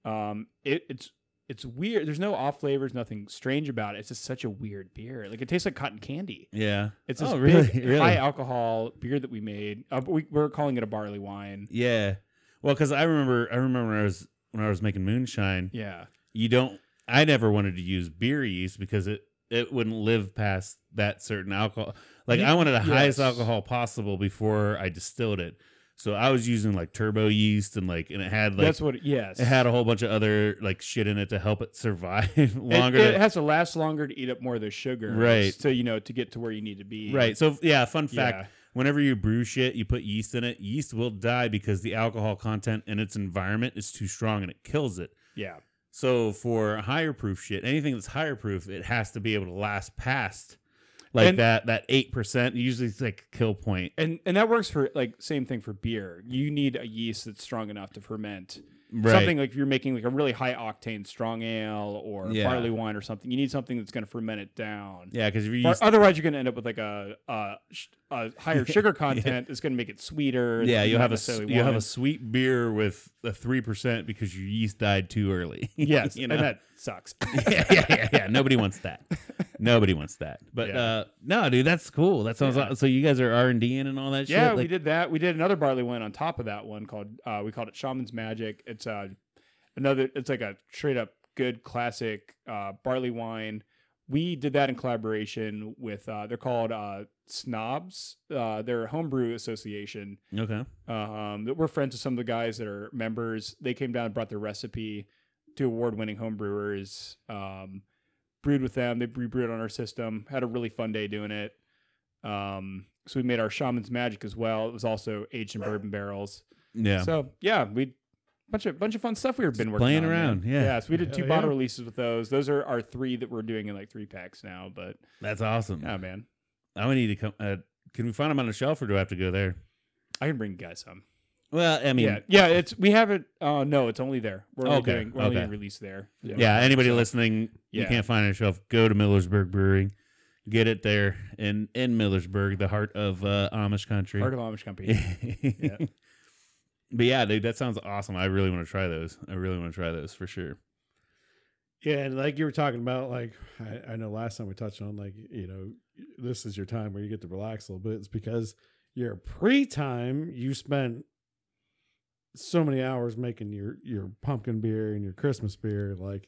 B: Um, it it's it's weird. There's no off flavors, nothing strange about it. It's just such a weird beer. Like it tastes like cotton candy.
C: yeah.
B: It's this
C: Oh, really?
B: big
C: Really?
B: high alcohol beer that we made. Uh, but we we're calling it a barley wine.
C: Yeah. Well, because I remember, I remember when I was when I was making moonshine.
B: Yeah.
C: You don't. I never wanted to use beer yeast because it it wouldn't live past that certain alcohol. Like
B: You-
C: I wanted the highest
B: yes.
C: alcohol possible before I distilled it. So I was using like turbo yeast and like and it had like
B: That's what. Yes.
C: it had a whole bunch of other like shit in it to help it survive
B: It-
C: longer.
B: It,
C: to-
B: has to last longer to eat up more of the sugar.
C: Right.
B: So you know to get to where you need to be.
C: right. So yeah, fun
B: Yeah.
C: fact. whenever you brew shit, you put yeast in it, yeast will die because the alcohol content in its environment is too strong and it kills it.
B: Yeah.
C: So for higher proof shit, anything that's higher proof, it has to be able to last past like
B: And-
C: that that eight percent. Usually it's like kill point.
B: And and that works for like same thing for beer. You need a yeast that's strong enough to ferment.
C: Right.
B: something like if you're making like a really high octane strong ale or
C: Yeah.
B: barley wine or something you need something that's going to ferment it down
C: yeah, because if you
B: Or
C: yeast,
B: otherwise you're going to end up with like a, a, sh- a higher sugar content it's going to make it sweeter
C: yeah,
B: that you
C: you'll
B: don't
C: have a s-
B: necessarily
C: you'll have a
B: want.
C: sweet beer with a three percent because your yeast died too early.
B: yes
C: you know?
B: and that sucks
C: yeah, yeah, yeah, yeah. Nobody wants that. Nobody wants that. But
B: Yeah.
C: uh, no, dude, that's cool. That sounds
B: Yeah.
C: aw- so. You guys are R and D in and all that
B: yeah
C: shit.
B: we did that we did another barley wine on top of that one called uh, we called it shaman's magic it's uh another it's like a straight up good classic uh, barley wine we did that in collaboration with uh, they're called uh, Snobs. Uh, they're a homebrew association
C: Okay.
B: um, that we're friends with some of the guys that are members. They came down and brought their recipe to award-winning homebrewers. Um, brewed with them. They brewed it on our system. Had a really fun day doing it. Um, so we made our Shaman's Magic as well. It was also aged in bourbon barrels.
C: Yeah.
B: So yeah, we bunch of bunch of fun stuff we have been working
C: playing
B: on,
C: around,
B: man.
C: yeah.
B: So we did two
A: Hell
B: bottle
A: yeah.
B: releases with those. Those are our three that we're doing in like three packs now. But
C: That's awesome.
B: yeah, man,
C: I would need to come. Uh, can we find them on the shelf, or do I have to go there?
B: I can bring you guys some.
C: Well, I mean,
B: yeah, yeah. It's we haven't. Uh, no, it's only there. We're only
C: Okay,
B: doing. We're only
C: okay.
B: doing release there.
C: Yeah, anybody listening, you
B: Yeah.
C: can't find it on the shelf. Go to Millersburg Brewing, get it there in in Millersburg, the heart of uh, Amish country.
B: Part of Amish Company.
C: yeah. But yeah, dude, that sounds awesome. I really want to try those. I really want to try those for sure.
A: Yeah, and like you were talking about, like I, I know last time we touched on, like you know, this is your time where you get to relax a little bit. It's because your pre-time you spent so many hours making your your pumpkin beer and your Christmas beer, like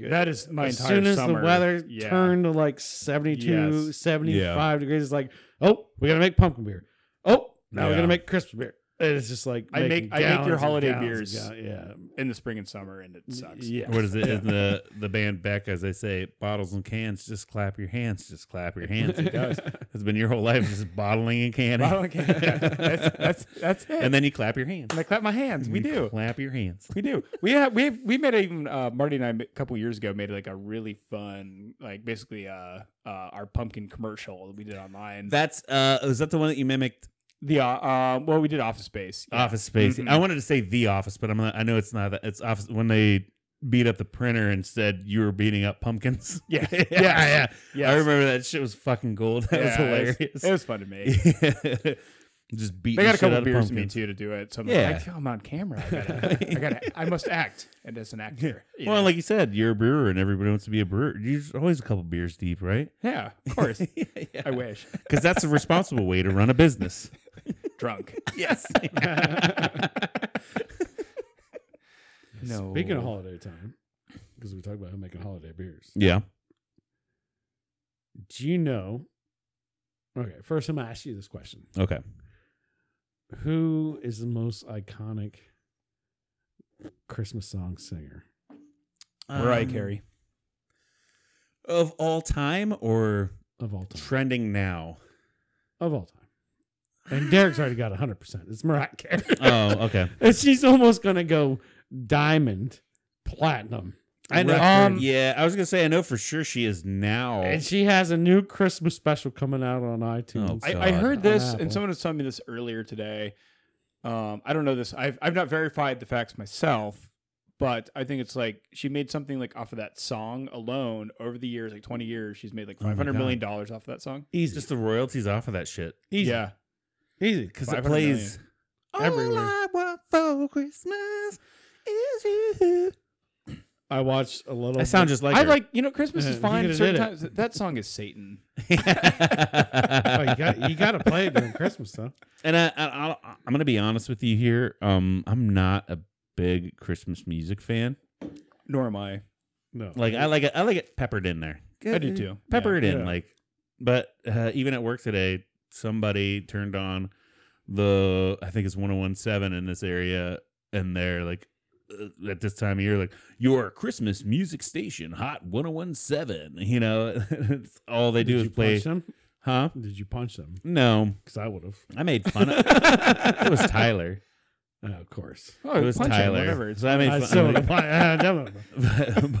B: that is my
A: as
B: entire
A: soon as
B: summer.
A: the weather
B: Yeah.
A: turned to like 72,
B: Yes.
A: 75 degrees, it's like, oh, we gotta make pumpkin beer. Oh, now we're
C: Yeah.
A: gonna make Christmas beer. And it's just like
B: I make-
A: making
B: I make your
A: gallons and
B: holiday
A: gallons and
B: beers.
A: gallons. yeah.
B: in the spring and summer, and it sucks.
A: Yeah.
C: What is it in the the band Beck? As they say, bottles and cans. Just clap your hands. Just clap your hands. It does. It's been your whole life just bottling and canning,
B: Bottle and can. that's, that's that's it.
C: and then you clap your hands.
B: and I clap my hands. We
C: You
B: do.
C: clap your hands.
B: We do. We have we have, we made a, even uh, Marty and I a couple years ago made like a really fun like basically uh, uh our pumpkin commercial that we did online.
C: That's uh, was that the one that you mimicked
B: the uh, uh well we did Office Space. Yeah.
C: Office Space.
B: Mhm.
C: I wanted to say The Office, but I'm not, I know it's not that. It's Office when they beat up the printer and said you were beating up pumpkins.
B: Yeah.
C: yeah, yeah.
B: Yes. Yes.
C: I remember that shit was fucking gold. That was
B: Yeah, it
C: hilarious.
B: It was, fun to make.
C: Just beating.
B: They got a
C: shit out
B: couple
C: of
B: beers to me
C: pumpkins.
B: too to do it. So I'm
C: Yeah.
B: like, I feel I'm on camera. I gotta, I gotta, I must act and as an actor. you
C: Well,
B: know?
C: like you said, you're a brewer, and everybody wants to be a brewer. You're just always a couple beers deep, right?
B: yeah, of course. I
C: Because
B: wish
C: that's a responsible way to run a business.
B: drunk.
C: Yes.
B: No.
A: Speaking of holiday time, because we talked about him making holiday beers.
C: yeah.
A: Do you know? Okay, first I'm gonna ask you this question:
C: Okay.
A: Who is the most iconic Christmas song singer?
B: right,
C: Um,
B: Carrie.
C: Of all time or
A: Of all time,
C: trending now?
A: of all time, and Derek's already got hundred percent. It's Mariah Carey.
C: Oh, okay.
A: And she's almost gonna go diamond, platinum.
C: I know.
A: record.
C: yeah, I was gonna say I know for sure she is now.
A: Mm. and she has a new Christmas special coming out on iTunes.
C: Oh,
B: I, I
C: God.
A: On
B: heard this,
A: Apple.
B: and someone was telling me this earlier today. Um, I don't know this. I've I've not verified the facts myself, but I think it's like she made something like off of that song alone over the years, like twenty years. She's made like
C: Oh my
B: five hundred
C: God.
B: million dollars off of that song.
A: easy,
C: just the royalties off of that shit
A: easy,
B: Yeah,
A: easy.
C: because it
B: 500
C: plays
A: Everywhere.
C: All I want for Christmas is you.
A: I watched a little.
C: I sound just like
B: I
C: her.
B: like you know Christmas is
A: Yeah,
B: fine.
A: you could've
B: Certain
A: did
B: times
A: it.
B: that song is Satan.
A: Oh, you got you got to play it during Christmas though.
C: and I, I, I'll, I'm gonna be honest with you here. Um, I'm not a big Christmas music fan.
B: Nor am I.
A: No,
C: Like I like it. I like it peppered in there.
B: I do too.
C: pepper
B: Yeah.
C: it in
A: Yeah.
C: like but uh, even at work today somebody turned on the i think it's 1017 in this area and they're like uh, at this time of year like your christmas music station hot 1017 you know it's all they do
A: Did
C: is
A: you
C: play
A: punch them?
C: huh
A: Did you punch them?
C: no
A: Because I would have.
C: i made fun of it was tyler
A: Oh, of course. Uh,
B: Oh,
C: it was
B: punch
C: tyler
B: whatever. It's
C: so i made
A: I
C: fun
A: still would've pun- I definitely would've.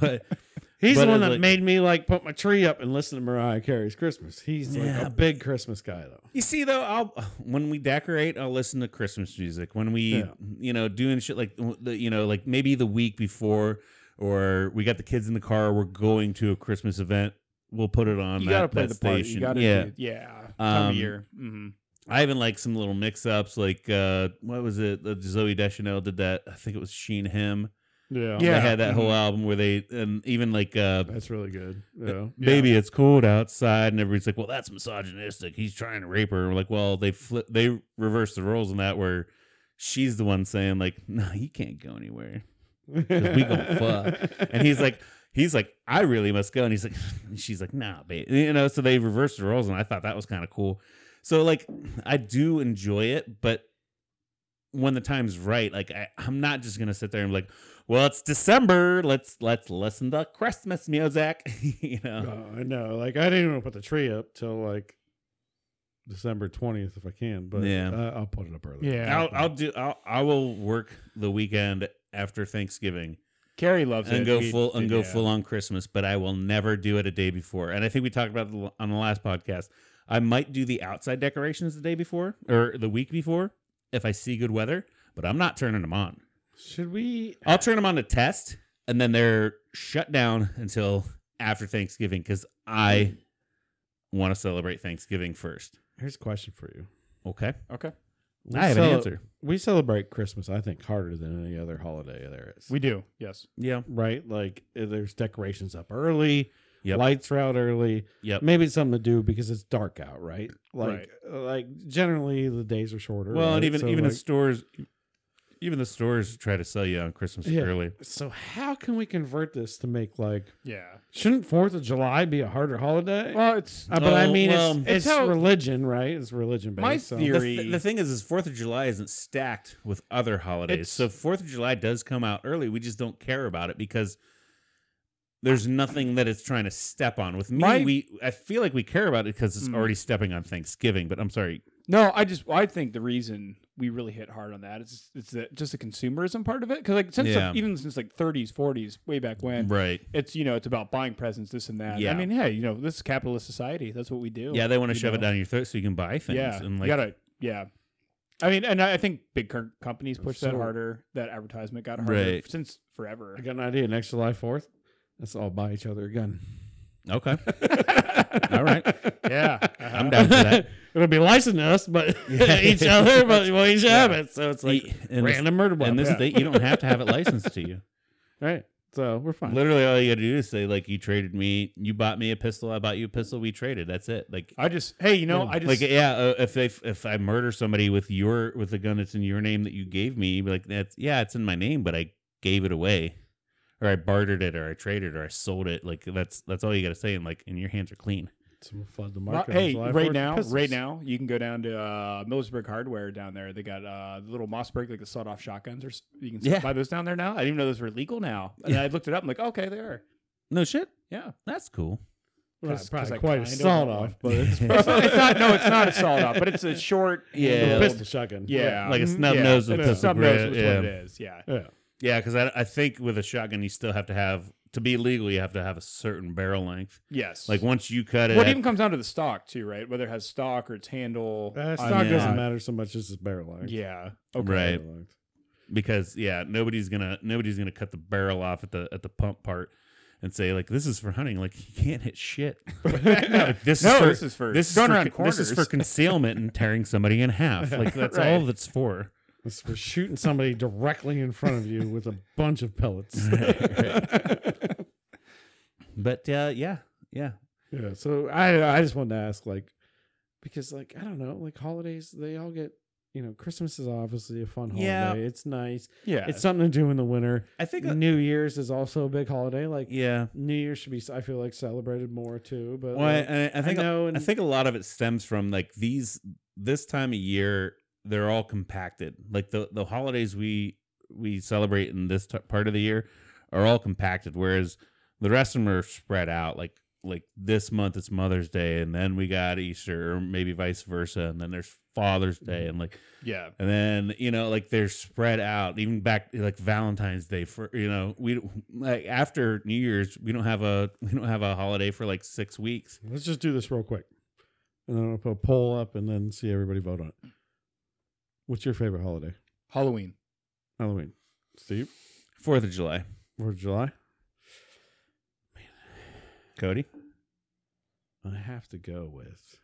C: but, but
A: He's
C: But
A: the one
C: it's
A: that
C: like-
A: made me like put my tree up and listen to Mariah Carey's Christmas. He's like
C: Yeah.
A: a big Christmas guy though.
C: You see, though, I'll when we decorate, I'll listen to Christmas music. When we,
A: Yeah.
C: you know, doing shit like the, you know, like maybe the week before, or we got the kids in the car, we're going to a Christmas event. We'll put it on.
B: you
C: that,
B: gotta play
C: that
B: the part.
C: station.
B: You gotta
C: yeah.
B: do- yeah. Time
C: Um,
B: of year. hmm
C: I even like some little mix-ups, like uh what was it? The Zoe Deschanel did that. I think it was Sheen Him.
A: Yeah,
C: they
B: Yeah.
C: had that whole
B: Mhm.
C: album where they, and even like uh
A: that's really good. Yeah,
C: baby, it's cold outside, and everybody's like, "Well, that's misogynistic. He's trying to rape her." We're like, "Well, they flip, they reverse the roles in that where she's the one saying like, no, he can't go anywhere,' 'Cause we gonna fuck." and he's like, he's like, I really must go. And he's like, and she's like, nah, babe. You know, so they reversed the roles. And I thought that was kind of cool. So, like, I do enjoy it, but when the time's right, like, I, I'm not just going to sit there and be like, well, it's December. Let's, let's listen to Christmas music, you know?
A: Oh, I know. Like I didn't even put the tree up till like December twentieth if I can, but
C: Yeah.
A: uh, I'll put it up early.
B: Yeah.
C: I'll, I'll do, I'll, I will work the weekend after Thanksgiving
B: Carrie loves it.
C: and go
B: We
C: full and
B: did,
C: go
B: yeah.
C: full on Christmas, but I will never do it a day before. And I think we talked about it on the last podcast. I might do the outside decorations the day before or the week before if I see good weather, but I'm not turning them on.
A: Should we?
C: I'll turn them on to test, and then they're shut down until after Thanksgiving because I want to celebrate Thanksgiving first.
A: Here's a question for you.
C: Okay,
B: Okay.
A: We
C: I have an
A: cele-
C: answer.
A: We celebrate Christmas, I think, harder than any other holiday there is.
B: We do. Yes.
C: Yeah.
A: right? Like eh, there's decorations up early,
C: Yep.
A: lights are out early.
C: Yep.
A: Maybe it's something to do because it's dark out, right? Like, uh, like generally the days are shorter.
C: Well, and
A: right?
C: even
A: So,
C: even the
A: like-
C: stores, even the stores try to sell you on Christmas
A: Yeah.
C: early.
A: so how can we convert this to make like
B: Yeah.
A: shouldn't Fourth of July be a harder holiday?
B: Well, it's
A: Uh, but I
C: Oh,
A: mean,
C: well,
A: it's,
B: it's
A: it's,
B: how-
A: religion, right? It's religion based.
B: My
A: so-
B: theory-
C: The, th- the thing is, is Fourth of July isn't stacked with other holidays.
B: It's-
C: so Fourth of July does come out early. We just don't care about it because there's nothing that it's trying to step on. With me,
B: My-
C: we I feel like we care about it because it's
B: Mm.
C: already stepping on Thanksgiving. But I'm sorry,
B: No, I just I think the reason we really hit hard on that is it's the, just the consumerism part of it because like since the-
C: Yeah.
B: even since like 30s 40s way back when
C: right?
B: it's you know it's about buying presents this and that.
C: Yeah.
B: I mean hey you know this is capitalist society that's what we do.
C: Yeah, they want to
B: you
C: shove it
B: know?
C: down your throat so you can buy things.
B: Yeah,
C: and like,
B: you gotta yeah. I mean, and I I think big co- companies push that
A: So-
B: harder. That advertisement got harder
C: Right.
B: since forever.
A: I got an idea. Next July Fourth, let's all buy each other a gun.
C: okay, all right,
B: yeah,
C: I'm
B: uh-huh.
C: down for that.
A: It'll be licensed to us, but each other, but we'll each have it. So it's like
C: in this,
A: random murder
C: in
A: weapon.
C: this
A: Yeah.
C: state, you don't have to have it licensed to you.
A: Right. So we're fine.
C: Literally, all you got to do is say like, you traded me, you bought me a pistol, I bought you a pistol, we traded. That's it. Like,
B: I just hey you know I just
C: like yeah uh, if they if i murder somebody with your with a gun that's in your name that you gave me be like that's yeah it's in my name but i gave it away or i bartered it or i traded or i sold it like that's that's all you gotta say and like and your hands are clean
A: So we'll flood the
B: Well,
A: market. on
B: hey,
A: July
B: right
A: 4th
B: now,
A: pistols.
B: right now, you can go down to uh, Millersburg Hardware down there. They got uh, the little Mossberg, like the sawed-off shotguns, or s- you can s-
C: Yeah.
B: buy those down there now. I didn't even know those were legal now. And I looked it up. I'm like, okay, they are.
C: no shit
B: Yeah,
C: that's cool
A: Well,
B: Cause-
A: it's probably
B: 'cause I
A: quite a
B: kinda
A: sawed
B: want
A: off,
B: one.
A: but it's
C: It's
B: it's
A: probably
B: not, it's not- No, it's not a sawed-off, but it's a short.
C: Yeah.
A: a
B: handle-
A: pistol shotgun.
B: yeah,
C: Like a
B: Mm,
A: Mm-hmm.
C: snub
B: yeah,
C: nose with
B: it's
C: pistol
B: a snub nose.
C: grip,
B: Is
C: yeah.
B: what it is. Yeah.
A: yeah.
C: yeah because I, I think with a shotgun you still have to have to be legal you have to have a certain barrel length
B: Yes.
C: like once you cut it
B: Well, it
C: at-
B: even comes down to the stock too, right? Whether it has stock or its handle.
A: Uh,
B: I'm
A: stock doesn't
B: not-
A: matter so much as it's barrel length.
B: Yeah.
C: Right.
A: Barrel length.
C: because yeah, nobody's gonna nobody's gonna cut the barrel off at the at the pump part and say like this is for hunting. Like you can't hit shit. Like, this,
B: no,
C: is for,
B: this is for
C: this is
B: going
C: for-
B: around corners.
C: This is for concealment and tearing somebody in half. Like that's
B: Right.
C: all that's for.
A: It's for shooting somebody directly in front of you with a bunch of pellets.
C: But uh, yeah, yeah.
A: yeah. So I I just wanted to ask like because like I don't know like holidays they all get you know Christmas is obviously a fun holiday.
C: Yeah. uh,
A: It's nice.
B: yeah.
A: It's something to do in the winter.
C: I think
A: New Year's is also a big holiday. Like
C: yeah.
A: New Year's should be I feel like celebrated more too.
B: Uh,
A: But
C: Well, I,
A: like,
C: I- I think
A: know, and
C: I think a lot of it stems from like these this time of year they're all compacted. Like the the holidays we we celebrate in this t- part of the year are all compacted whereas the rest of them are spread out like like this month it's Mother's Day and then we got Easter or maybe vice versa and then there's Father's Day and like
B: yeah.
C: and then you know like they're spread out even back like Valentine's Day for you know we like after New Year's we don't have a we don't have a holiday for like 6 weeks.
A: let's just do this real quick, and then I'll put a poll up and then see everybody vote on it. What's your favorite holiday?
B: Halloween.
A: Halloween, Steve,
C: 4th of July.
A: Fourth of July.
C: Cody?
A: I have to go with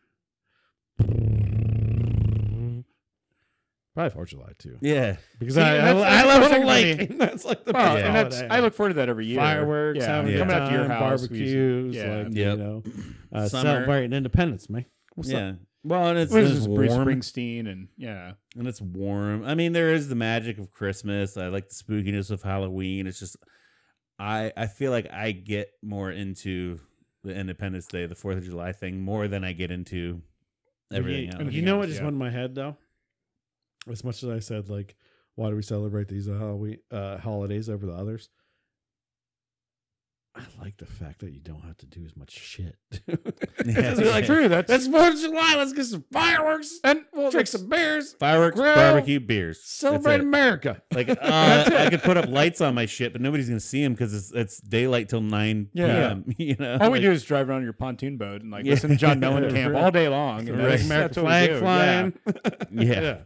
A: probably Fourth of July too,
C: Yeah.
A: because
B: See,
A: I I,
B: that's-
A: I
B: that's
A: love
B: perfect
A: the
B: for
A: lake.
B: me.
A: That's like the
B: Well,
A: best
C: Yeah.
B: and that's
A: holiday.
B: I look forward to that every year.
A: Fireworks,
B: yeah,
A: having a
B: yeah.
A: good
B: coming out to your
A: time,
B: house, we used to-
A: barbecues,
B: yeah.
A: like
C: Yep.
A: you know, uh,
C: Summer.
A: celebrating Independence, man. What's up?
C: yeah. Well, and it's,
B: What is
C: it's
B: this,
C: warm,
B: Bruce Springsteen and yeah,
C: and it's warm. I mean, there is the magic of Christmas. I like the spookiness of Halloween. It's just I I feel like I get more into the Independence Day, the Fourth of July thing, more than I get into everything
A: you,
C: else.
A: You know what
B: else,
A: just
B: yeah.
A: went in my head though? As much as I said, like, why do we celebrate these uh, Halloween uh, holidays over the others? I like the fact that you don't have to do as much shit.
C: Yeah.
A: It's like,
B: True. That's,
A: That's Fourth of July. Let's get some fireworks,
B: and well,
A: drink
B: that's-
A: some beers,
C: Fireworks,
A: Grill.
C: barbecue, beers.
A: celebrate
C: That's it.
A: America.
C: Like uh, I could put up lights on my shit, but nobody's gonna see them because it's, it's daylight till nine
B: Yeah.
C: p.m. You know,
B: all we
C: Like,
B: do is drive around on your pontoon boat and like
C: Yeah.
B: listen to John Mellencamp all day long. And
C: Right.
B: that's,
A: American
B: that's what we
A: flag
B: do,
A: flying.
B: Yeah.
C: yeah.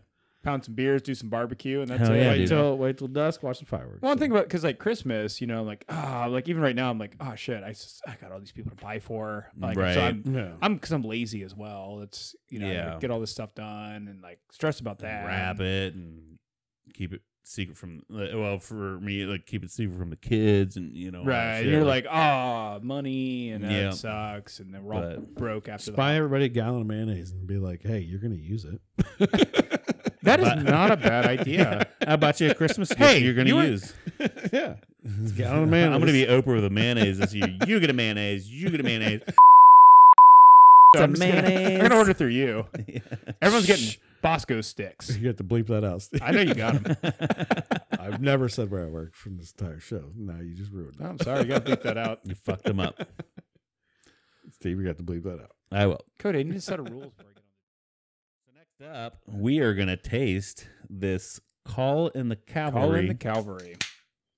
B: Pound some beers, do some barbecue, and that's
C: Hell
B: it.
C: yeah,
B: Like,
A: wait
C: dude.
A: till wait till dusk. Watch the fireworks.
B: Oh, Well, one thing about because like Christmas, you know, like ah, like even right now, I'm like, oh shit, I just, I got all these people to buy for, like,
C: Right.
B: So I'm,
A: Yeah.
B: I'm because I'm lazy as well. It's you know, I gotta
C: Yeah.
B: get all this stuff done and like stressed about that.
C: wrap it and keep it secret from uh, well for me like keep it secret from the kids and you know all that
B: right?
C: shit.
B: And you're like, ah, money, and
C: Yeah.
B: that sucks, and then we're all
C: But-
B: broke after
A: Just buy everybody a gallon of mayonnaise and be like, "Hey, you're gonna use it."
B: that. That
C: But-
B: is not a bad idea.
C: I bought you a Christmas gift
B: Hey,
C: you're gonna
B: you were-
C: use.
A: yeah, It's a gallon
C: Man,
A: of mayonnaise.
C: I'm gonna be Oprah with a mayonnaise this year. You get a mayonnaise, you get a mayonnaise.
B: So
C: a
B: I'm just gonna-
C: mayonnaise.
B: I'm gonna order through you.
C: Yeah.
B: Everyone's getting Bosco sticks.
A: You have to bleep that out. Steve.
B: I know you got them.
A: I've never said where I work from this entire show. Now you just ruined it.
B: Oh, I'm sorry, you gotta bleep that out.
C: You fucked them up.
A: Steve, you got to bleep that out.
C: I will.
B: Cody, I need a set of rules. before I get on.
C: So next up, we are gonna taste this call in the cavalry
B: Call in the Calvary.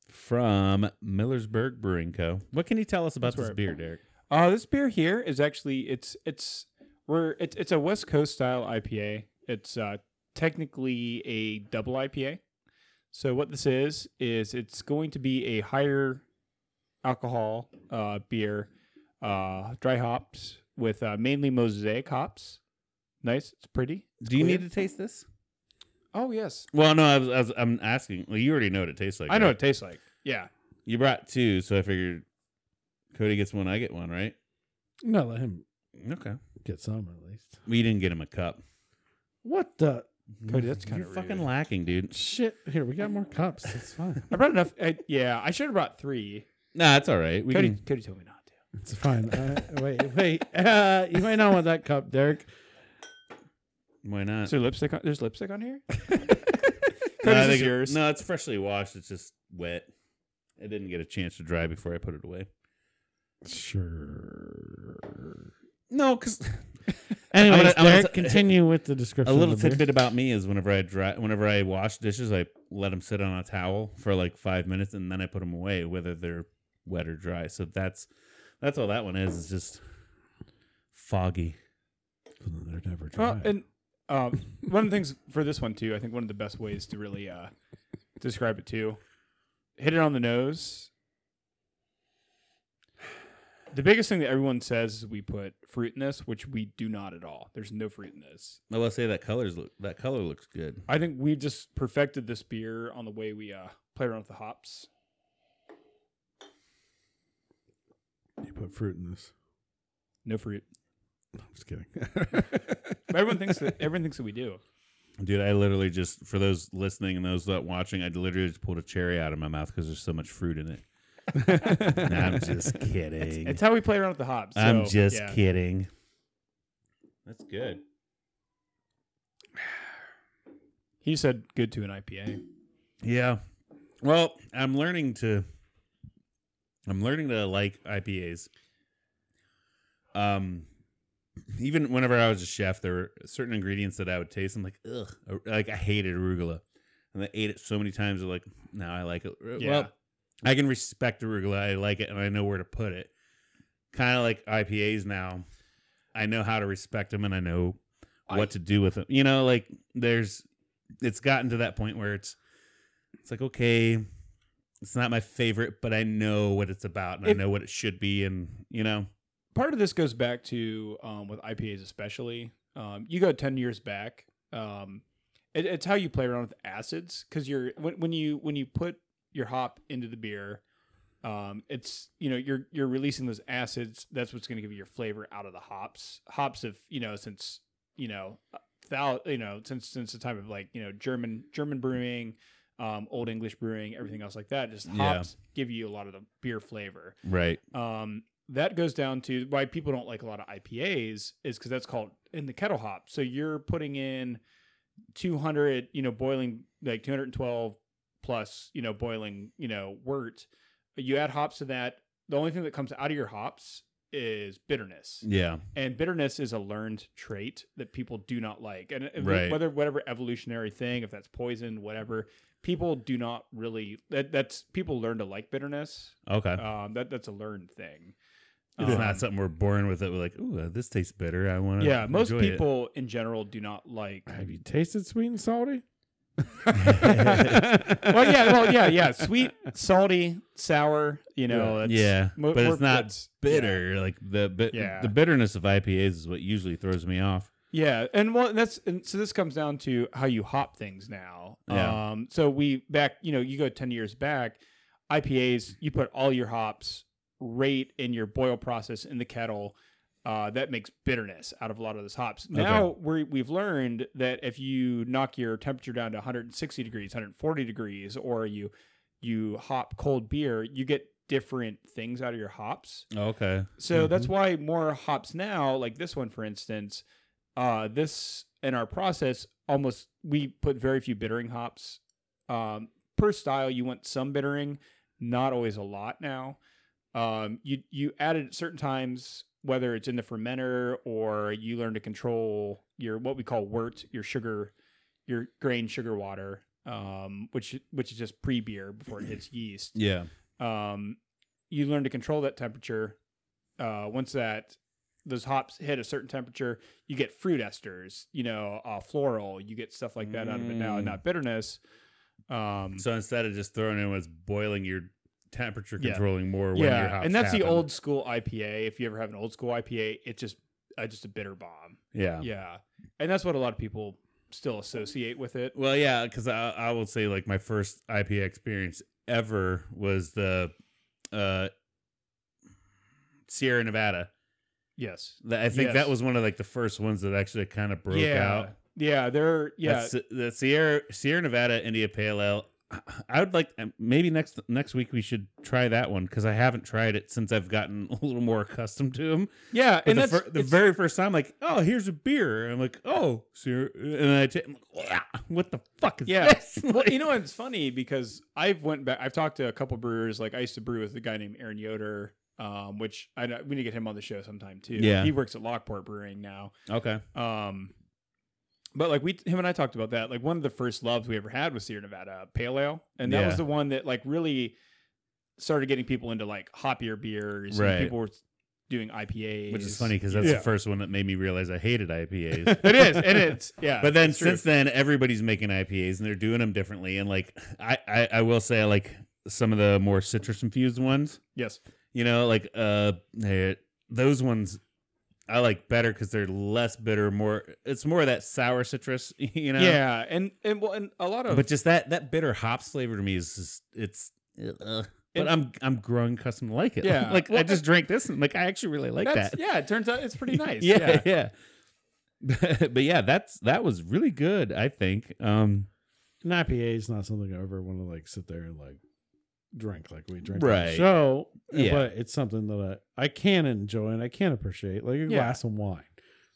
C: from Millersburg Brewing Co. What can you tell us about
B: That's
C: this
B: right.
C: beer, Derek?
B: Uh, this beer here is actually it's it's we're it's it's a West Coast style IPA. It's uh, technically a double IPA. So what this is is it's going to be a higher alcohol uh, beer, uh, dry hops with uh, mainly mosaic hops. Nice, it's pretty.
C: Do you
B: clear.
C: need to taste this?
B: Oh yes,
C: Well, no, I was, I was I'm asking. Well, you already know what it tastes like.
B: I know
C: right?
B: what it tastes like. Yeah,
C: You brought two, so I figured Cody gets one, I get one, right?
A: No, let him
C: Okay.
A: get some at least.
C: We didn't get him a cup.
A: What the
B: Cody, that's kinda
C: You're fucking
B: rude.
C: lacking, dude.
A: shit? Here, we got more cups. It's fine.
B: I brought enough. I, yeah, I should have brought three.
C: Nah, it's all right. We
B: Cody,
C: can.
B: Cody told me not to.
A: It's fine. Uh, wait, wait. Uh, you might not want that cup, Derek.
C: Why not?
B: Uh, Is there lipstick? On, there's lipstick on here.
C: no, I
B: Cody's is
C: think it-
B: yours.
C: no, it's freshly washed. It's just wet. It didn't get a chance to dry before I put it away.
A: Sure.
C: No, because
A: Anyways,
C: I'm gonna- I'm gonna
A: Derek,
C: t-
A: continue with the description.
C: a little
A: of the beer.
C: tidbit about me is whenever I dry, whenever I wash dishes, I let them sit on a towel for like five minutes, and then I put them away, whether they're wet or dry. So that's that's all that one is. It's just foggy.
A: They're never dry.
B: Well, and um, one of the things for this one too, I think one of the best ways to really uh, describe it too, hit it on the nose. The biggest thing that everyone says is we put fruit in this, which we do not at all. There's no fruit in this.
C: I will say that colors look that color looks good.
B: I think we just perfected this beer on the way we uh, play around with the hops.
A: you put fruit in this.
B: No fruit.
A: No, I'm just kidding.
B: Everyone thinks that everyone thinks that we do.
C: Dude, I literally just for those listening and those that watching, I literally just pulled a cherry out of my mouth because there's so much fruit in it. I'm just kidding.
B: It's how we play around with the hops.
C: I'm
B: so,
C: just
B: yeah.
C: kidding. That's good.
B: He said good to an IPA.
C: Yeah. Well, I'm learning to I'm learning to like IPAs. Um even whenever I was a chef, there were certain ingredients that I would taste. I'm like, ugh, Ar- like I hated arugula, and I ate it so many times. I'm like, now I like it. Uh, Well,
B: Yeah.
C: I can respect arugula. I like it, and I know where to put it. Kind of like IPAs now, I know how to respect them, and I know
B: I-
C: what to do with them. You know, like there's, it's gotten to that point where it's, it's like okay, it's not my favorite, but I know what it's about, and I
B: If-
C: know what it should be, and you know,
B: part of this goes back to um, with IPAs especially. Um, you go ten years back. Um, it, it's how you play around with acids because you're when, when you when you put your hop into the beer, um, it's you know you're you're releasing those acids. That's what's going to give you your flavor out of the hops. Hops have you know since you know thou you know since since the time of like you know German German brewing. um, Old English brewing, everything else like that. Just
C: Yeah.
B: hops give you a lot of the beer flavor.
C: Right.
B: Um, that goes down to why people don't like a lot of IPAs is because that's called in the kettle hop. So you're putting in 200, you know, boiling like 212 plus, you know, boiling, you know, wort. You add hops to that. The only thing that comes out of your hops is bitterness
C: Yeah.
B: and bitterness is a learned trait that people do not like and if-
C: Right.
B: whether whatever evolutionary thing if that's poison whatever people do not really that that's people learn to like bitterness
C: Okay.
B: um that that's a learned thing
C: it's
B: Um,
C: not something we're born with. That we're like, ooh, uh, this tastes bitter. I want to.
B: yeah most people in general do not like
A: Have you tasted sweet and salty?
B: well yeah well yeah yeah sweet salty sour you know that's-
C: yeah,
B: mo-
C: but
B: we're-
C: it's not
B: that's- yeah.
C: bitter. Like the bit,
B: Yeah.
C: the bitterness of IPAs is what usually throws me off.
B: Yeah, and well, that's and so this comes down to how you hop things now.
C: Yeah.
B: Um, so we back, you know, you go ten years back, IPAs, you put all your hops right in your boil process in the kettle. Uh, that makes bitterness out of a lot of those hops. Now we we've learned that if you knock your temperature down to 160 degrees, 140 degrees, or you you hop cold beer, you get different things out of your hops.
C: Oh, Okay.
B: So that's why more hops now, like this one for instance, uh, this in our process almost we put very few bittering hops. Um, per style, you want some bittering, not always a lot now. Um, you you add it at certain times, whether it's in the fermenter or you learn to control your what we call wort, your sugar, your grain sugar water, um, which which is just pre beer before it hits yeast
C: Yeah.
B: um, you learn to control that temperature. Uh, once that those hops hit a certain temperature, you get fruit esters, you know, uh, floral. You get stuff like that out of it now,
C: Mm.
B: and not bitterness. Um,
C: So instead of just throwing in what's boiling, your temperature
B: Yeah.
C: controlling more. When your
B: yeah,
C: hops
B: and that's the
C: happen.
B: old school IPA. If you ever have an old school IPA, it's just uh, just a bitter bomb.
C: Yeah.
B: Yeah, and that's what a lot of people still associate with it.
C: Well, yeah, because I, I will say like my first IPA experience ever was the uh, Sierra Nevada.
B: Yes.
C: That- I think
B: Yes.
C: that was one of like the first ones that actually kind of broke
B: yeah.
C: out.
B: Yeah, they're yeah.
C: That's- the Sierra Sierra Nevada India Pale Ale. I would like uh, maybe next next week we should try that one because I haven't tried it since I've gotten a little more accustomed to them.
B: yeah,
C: But
B: and
C: the,
B: that's
C: fir- the
B: it's-
C: very first time, like, oh, here's a beer. I'm like, oh, Sierra, and I take, I'm like, "Wah, what the fuck is
B: Yeah.
C: this?
B: well, you know, it's funny because I've went back. I've talked to a couple brewers. Like I used to brew with a guy named Aaron Yoder, um, which I know- we need to get him on the show sometime too.
C: Yeah.
B: he works at Lockport Brewing now.
C: okay,
B: Um, but like we, him and I talked about that. Like one of the first loves we ever had was Sierra Nevada Pale Ale, and that
C: Yeah.
B: was the one that like really started getting people into like hoppier beers.
C: Right.
B: And people were doing IPAs,
C: which is funny because that's
A: Yeah.
C: the first one that made me realize I hated IPAs.
B: It is. It is. Yeah.
C: but then
B: it's true.
C: since then everybody's making IPAs and they're doing them differently. And like I, I, I will say I like some of the more citrus infused ones.
B: yes.
C: You know, like uh eh, those ones I like better because they're less bitter, more it's more of that sour citrus, you know.
B: Yeah, and and well, and a lot of
C: But just that that bitter hops flavor to me is just it's uh, but
B: And-
C: I'm I'm growing accustomed to like it.
B: Yeah.
C: like I
B: Well,
C: just drank this and like I actually really like
B: that's-
C: that.
B: Yeah, it turns out it's pretty nice.
C: yeah, yeah. but yeah, that's that was really good. I think. Um,
A: An IPA is not something I ever want to like sit there and like drink like we drink on the
C: Right.
A: show.
C: Yeah.
A: But it's something that I, I can enjoy and I can appreciate, like
B: Yeah.
A: a glass of wine,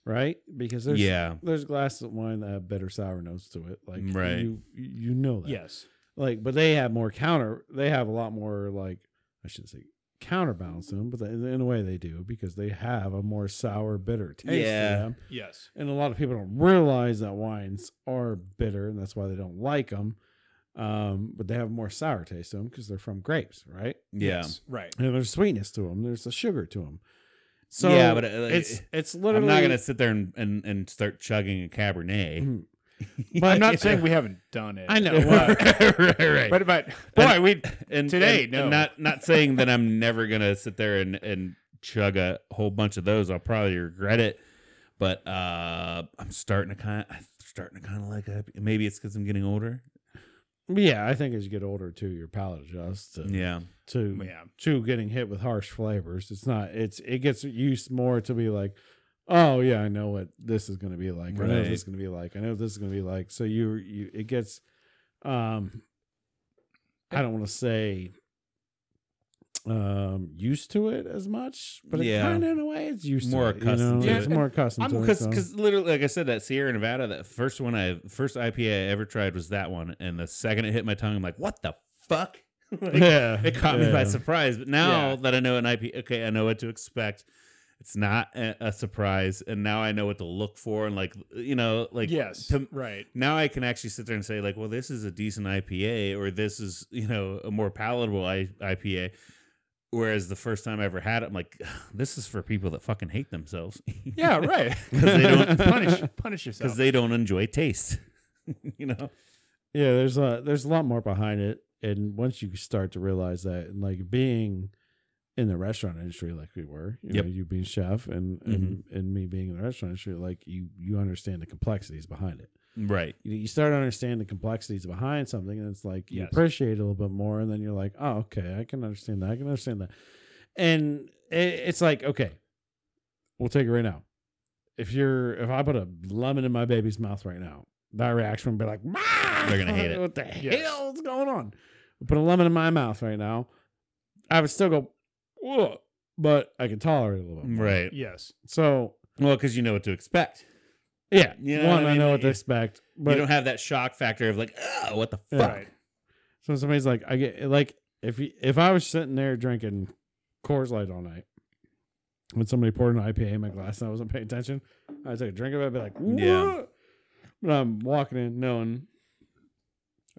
A: right? Because there's
C: yeah,
A: there's glasses of wine that have better sour notes to it. Like
C: Mm, Right.
A: you you know that.
B: Yes.
A: Like, but they have more counter. They have a lot more like I shouldn't say counterbalance to them, but in in a way they do because they have a more sour bitter taste
C: Yeah.
A: to them.
B: Yes.
A: And a lot of people don't realize that wines are bitter, and that's why they don't like them. Um, but they have a more sour taste to them because they're from grapes, right?
C: yeah.
B: Yes. Right.
A: And there's sweetness to them. There's a sugar to them. So
C: yeah, but uh, like,
A: it's it's
C: I'm
A: literally.
C: not gonna sit there and, and, and start chugging a Cabernet.
A: Mhm. But
B: I'm not
A: Yeah.
B: saying we haven't done it.
A: I know.
B: But,
C: right, right, right.
B: but, but boy, we
C: and
B: today,
C: and-
B: no.
C: and not not saying that I'm never gonna sit there and and chug a whole bunch of those. I'll probably regret it. But uh, I'm starting to kind of I'm starting to kind of like IPA. maybe it's because I'm getting older.
A: Yeah, I think as you get older too, your palate adjusts to
C: Yeah,
A: to
B: yeah.
A: to getting hit with harsh flavors. It's not. It's it gets used more to be like, oh yeah, I know what this is going to be like. I know what
C: Right.
A: this is going to be like. I know what this is going to be like. So you you it gets, um, I don't want to say um used to it as much, but it
C: Yeah.
A: kind of in a way it's used
C: More
A: to it. you know?
C: accustomed
B: to
A: It's
B: it.
A: more accustomed
C: I'm
A: to
C: because
A: it. so-
C: because literally, like I said, that Sierra Nevada, that first one I first IPA I ever tried was that one, and the second it hit my tongue, I'm like, what the fuck? Like,
A: yeah,
C: It caught me by
A: yeah.
C: surprise. But now
B: Yeah.
C: that I know an IP, okay, I know what to expect. It's not a, a surprise, and now I know what to look for, and like you know, like
B: yes,
C: to-
B: right.
C: now I can actually sit there and say like, well, this is a decent IPA, or this is you know a more palatable I- IPA. Whereas the first time I ever had it, I'm like, this is for people that fucking hate themselves.
B: Yeah, right.
C: 'Cause they don't
B: punish punish
C: because
B: yourself.
C: they don't enjoy taste. you know,
A: yeah there's a there's a lot more behind it and once you start to realize that and like being in the restaurant industry like we were you
C: Yep.
A: know you being chef and, and and me being in the restaurant industry like you you understand the complexities behind it
C: right?
A: you, you start to understand the complexities behind something and it's like you
B: Yes.
A: appreciate it a little bit more and then you're like oh okay i can understand that i can understand that and it, it's like okay we'll take it right now if you're if i put a lemon in my baby's mouth right now that reaction would be like "Ah,
C: They're gonna hate it."
A: what the
B: Yes.
A: hell is going on put a lemon in my mouth right now i would still go Whoa, but i can tolerate it a little bit more.
C: Right.
B: yes,
A: so
C: Well, because you know what to expect.
A: yeah
C: You know
A: one
C: what I
A: i
C: mean?
A: know
C: Like,
A: what to
C: you-
A: expect but
C: you don't have that shock factor of like, oh, what the
A: Yeah.
C: fuck?
B: right.
A: So somebody's like, I get like if you, if I was sitting there drinking Coors Light all night, when somebody poured an IPA in my glass and I wasn't paying attention, I take a drink of it, I'd be like,
C: Yeah.
A: yeah. But I'm walking in knowing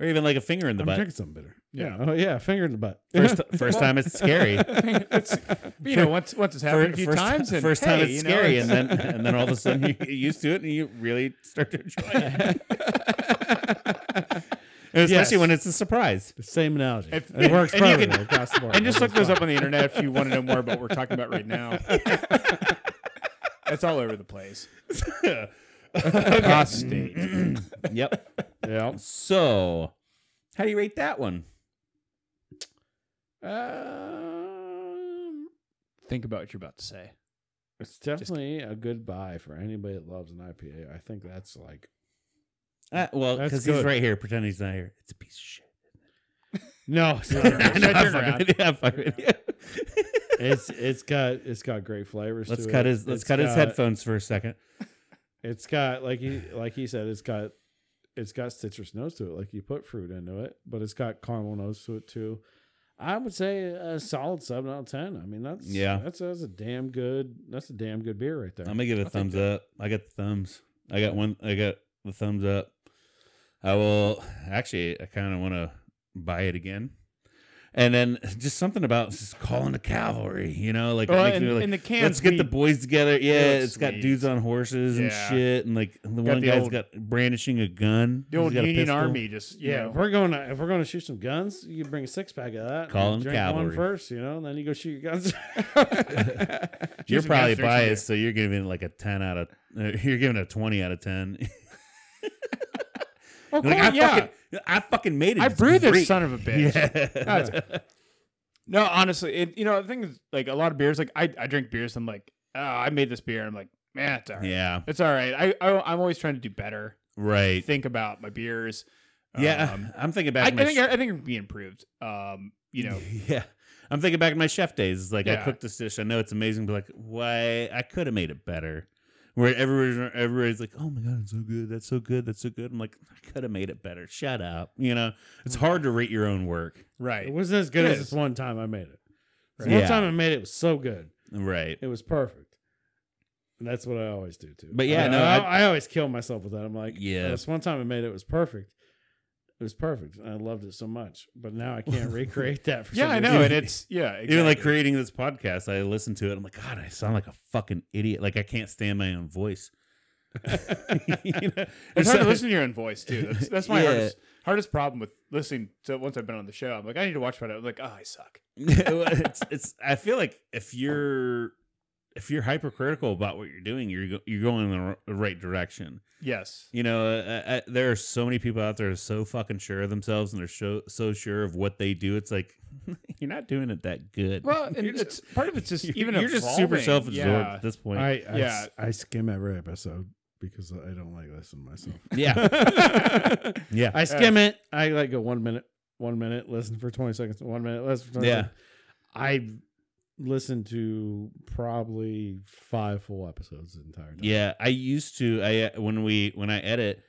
C: Or even like a finger in the
A: I'm
C: butt.
A: drinking something bitter.
B: Yeah.
A: oh yeah, finger in the butt.
C: First, first time it's scary.
B: it's, you know, once once it's happened a few
C: first,
B: times, and
C: first
B: hey,
C: time it's
B: you know,
C: scary,
B: it's-
C: and then and then all of a sudden you get used to it, and you really start to enjoy it. And especially
A: Yes.
C: when it's a surprise.
A: the same analogy.
B: If-
A: it works
B: and you
A: perfectly
B: can-
A: across the board.
B: and just
A: It
B: look
A: works
B: those up on the internet if you want to know more about what we're talking about right now. it's all over the place. Prostate.
C: yep.
A: fine.
C: So, how do you rate that one?
A: Yeah. Um,
B: Think about what you're about to say.
A: it's definitely a good buy for anybody that loves an IPA. I think that's like
C: Uh, well,
A: That's
C: because he's
A: good.
C: right here. Pretend he's not here. It's a piece of shit.
A: no, it's not.
C: I know, I'm
B: Turn
C: fucking
B: around.
C: with you. I'm fucking with you.
A: it's it's got it's got great flavors.
C: Let's
A: to
C: cut
A: it.
C: his let's
A: It's uh,
C: cut his
A: got-
C: headphones for a second.
A: It's got like he like he said, it's got it's got citrus notes to it. Like you put fruit into it, but it's got caramel notes to it too. I would say a solid seven out of ten. I mean that's
C: Yeah.
A: that's that's a damn good that's a damn good beer right there.
C: I'm gonna give it a thumbs up. I got the thumbs. I got one. I got the thumbs up. I will actually. I kind of want to buy it again. And then just something about just calling the cavalry, you know, like, it
B: Well,
C: makes
B: in,
C: me like
B: in the can,
C: let's get the boys together. Yeah,
B: it's
C: it's got
B: sweet.
C: dudes on horses and
B: Yeah.
C: shit, and like the one
B: the
C: guy's
B: old-
C: got brandishing a gun.
B: the
C: He's
B: old
C: got a
B: Union
C: pistol.
B: Army. Just you
A: yeah,
B: know,
A: if we're going to if we're going to shoot some guns, you bring a six pack of that. and
C: Call 'em
A: drink
C: cavalry.
A: one first, you know, and then you go shoot your guns.
C: You're
B: Choose a
C: probably
B: master, choose a
C: biased, so you're giving it like a ten out of. uh, You're giving it a twenty out of ten.
B: Oh,
C: Like, I
B: cool, yeah.
C: fucking, I fucking made it.
B: I
C: It's
B: brewed
C: great.
B: this son of a bitch.
C: Yeah.
B: No, honestly, it, you know the thing is, like a lot of beers, like I, I drink beers, I'm like, oh, I made this beer, I'm like, man, it's all right.
C: yeah.
B: It's all right. I, I I'm always trying to do better.
C: Right.
B: Think about my beers.
C: yeah.
B: Um,
C: I'm thinking
B: I, I
C: back. to my
B: think
C: sh-
B: I, I think it can be improved. Um, you know,
C: Yeah. I'm thinking back to my chef days. It's like I
B: Yeah.
C: cooked this dish. I know it's amazing, but like, why? I could have made it better. Where everybody's, everybody's like, "Oh my god, it's so good! That's so good! That's so good!" I'm like, "I could have made it better." Shut up. You know, it's hard to rate your own work.
B: right?
A: it wasn't as good
B: It
A: as
B: is.
A: this one time I made it. This
C: Right.
A: One
C: Yeah.
A: time I made it was so good.
C: Right.
A: It was perfect. And that's what I always do too.
C: But yeah,
A: I,
C: no,
A: I,
C: I-
A: I always kill myself with that. I'm like,
C: Yeah.
A: yeah. This one time I made it it was perfect. It was perfect, and I loved it so much. But now I can't recreate that. For
B: Yeah,
A: some
B: I
A: reason.
B: know, and it's yeah, exactly.
C: Even like creating this podcast, I listen to it. I'm like, God, I sound like a fucking idiot. Like I can't stand my own voice. You know?
B: it's hard
C: So-
B: to listen to your own voice too. That's, that's my
C: Yeah.
B: hardest hardest problem with listening. to once I've been on the show, I'm like, I need to watch what I am like. Oh, I suck.
C: Well, it's, it's I feel like if you're if you're hypercritical about what you're doing, you're go, you're going in the r- the right direction.
B: Yes.
C: You know, uh, uh there are so many people out there who are so fucking sure of themselves and they're so so sure of what they do. It's like you're not doing it that good.
B: Well, and
C: You're
B: it's
C: just-
B: part of it's just
C: you're,
B: even
C: you're just super
B: evolving.
C: self absorbed
B: Yeah.
C: at this point.
A: I, I
B: Yeah.
A: s- I skim every episode because I don't like listening to myself.
C: yeah, yeah.
A: I skim it. I like go one minute, one minute, listen for 20 seconds, one minute, listen for 20
C: Yeah.
A: seconds. I listened to probably five full episodes the entire time.
C: Yeah, I used to. I uh, when we when I edit,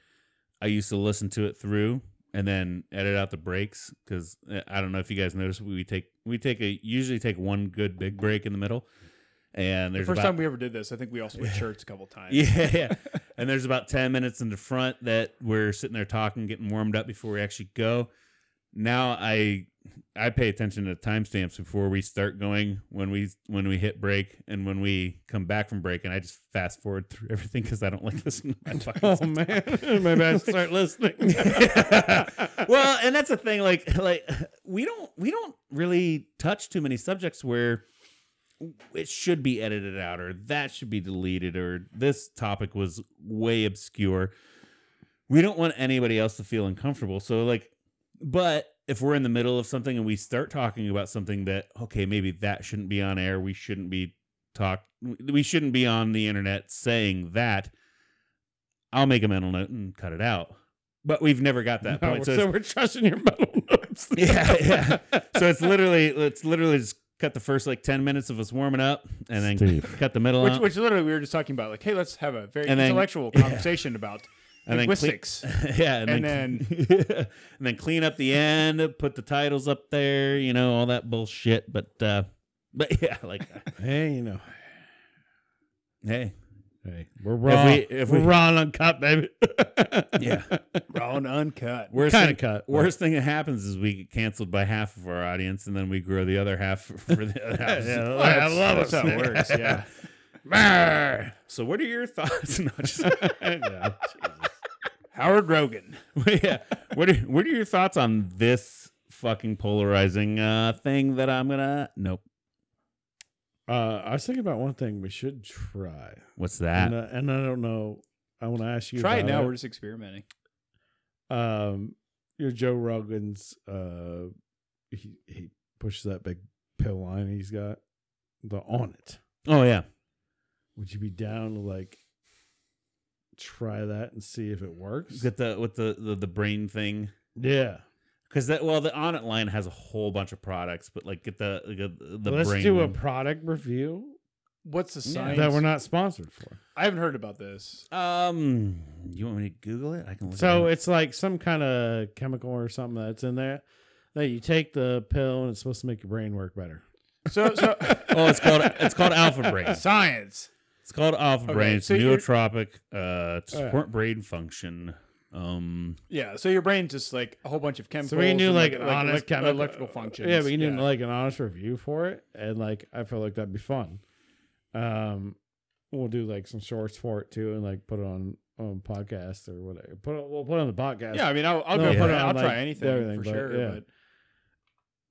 C: I used to listen to it through and then edit out the breaks because I don't know if you guys noticed we take we take a usually take one good big break in the middle, and
B: The
C: there's
B: first
C: about,
B: time we ever did this, I think we all switched shirts a couple times.
C: yeah, yeah. and there's about 10 minutes in the front that we're sitting there talking, getting warmed up before we actually go. Now I I pay attention to timestamps before we start going when we when we hit break and when we come back from break, and I just fast forward through everything because I don't like listening to my fucking
A: Oh man, maybe I should start listening.
C: well, and that's the thing. Like, like we don't we don't really touch too many subjects where it should be edited out or that should be deleted or this topic was way obscure. We don't want anybody else to feel uncomfortable. So, like, but if we're in the middle of something and we start talking about something that okay, maybe that shouldn't be on air. We shouldn't be talk. We shouldn't be on the internet saying that. I'll make a mental note and cut it out. But we've never got that
A: No,
C: point. So
A: we're- so,
C: it's-
A: we're trusting your metal notes.
C: yeah, yeah. So it's literally it's literally just cut the first like ten minutes of us warming up, and then
A: Steve.
C: cut the middle
B: Which,
C: out,
B: which literally we were just talking about, like, hey, let's have a very
C: And then-
B: intellectual conversation about
C: and then clean,
B: linguistics.
C: yeah, and,
B: and
C: then and then clean up the end, put the titles up there, you know, all that bullshit. But uh, but yeah, like
A: Hey, you know,
C: hey,
A: hey, we're raw.
C: we- if
A: we're
C: we-
A: raw and uncut, baby.
C: yeah,
B: raw and uncut.
C: worst
A: Kinda
C: thing,
A: cut, but-
C: Worst thing that happens is we get canceled by half of our audience, and then we grow the other half for the other half.
A: Yeah,
B: Oh,
A: I
B: that's-
A: love
B: that's
A: us.
B: how it works. Yeah.
A: Brr.
C: So what are your thoughts? No, just-
A: Yeah, Jesus.
B: Howard Rogan.
C: yeah. What are what are your thoughts on this fucking polarizing uh thing that I'm gonna Nope.
A: Uh, I was thinking about one thing we should try,
C: What's that?
A: and, uh, and I don't know. I want to ask you.
B: Try it
A: about
B: now. We're just experimenting.
A: um, your Joe Rogan's. Uh, he he pushes that big pill line he's got, the on it.
C: Oh yeah.
A: Would you be down to like try that and see if it works?
C: With the with the the, the brain thing.
A: Yeah,
C: Cause that well the on it line has a whole bunch of products, but like get the the, the
A: let's
C: brain.
A: do a
C: one.
A: product review
B: What's the
C: Yeah.
B: science?
A: that we're not sponsored for.
B: I haven't heard about this.
C: um you want me to Google it? I can look
A: So
C: it up.
A: it's like some kind of chemical or something that's in there that you take the pill and it's supposed to make your brain work better.
B: So, so
C: Oh, it's called it's called Alpha Brain.
B: science.
C: It's called Alpha
B: Okay,
C: Brain. It's
B: so you're-
C: nootropic uh to
A: All right.
C: support brain function. Um
B: Yeah. So your brain just like a whole bunch of chemicals.
A: So we can do
B: and,
A: like, an honest
B: elec-
A: chemical
B: electrical functions.
A: Yeah, we can do like an honest review for it, and like I feel like that'd be fun. Um, we'll do like some shorts for it too, and like put it on on podcast or whatever. Put it, we'll put it on the podcast.
B: Yeah, I mean, I'll, I'll
A: No,
B: go for it.
A: yeah,
B: I'll
A: like
B: try anything for
A: everything, but,
B: sure.
A: yeah.
B: But,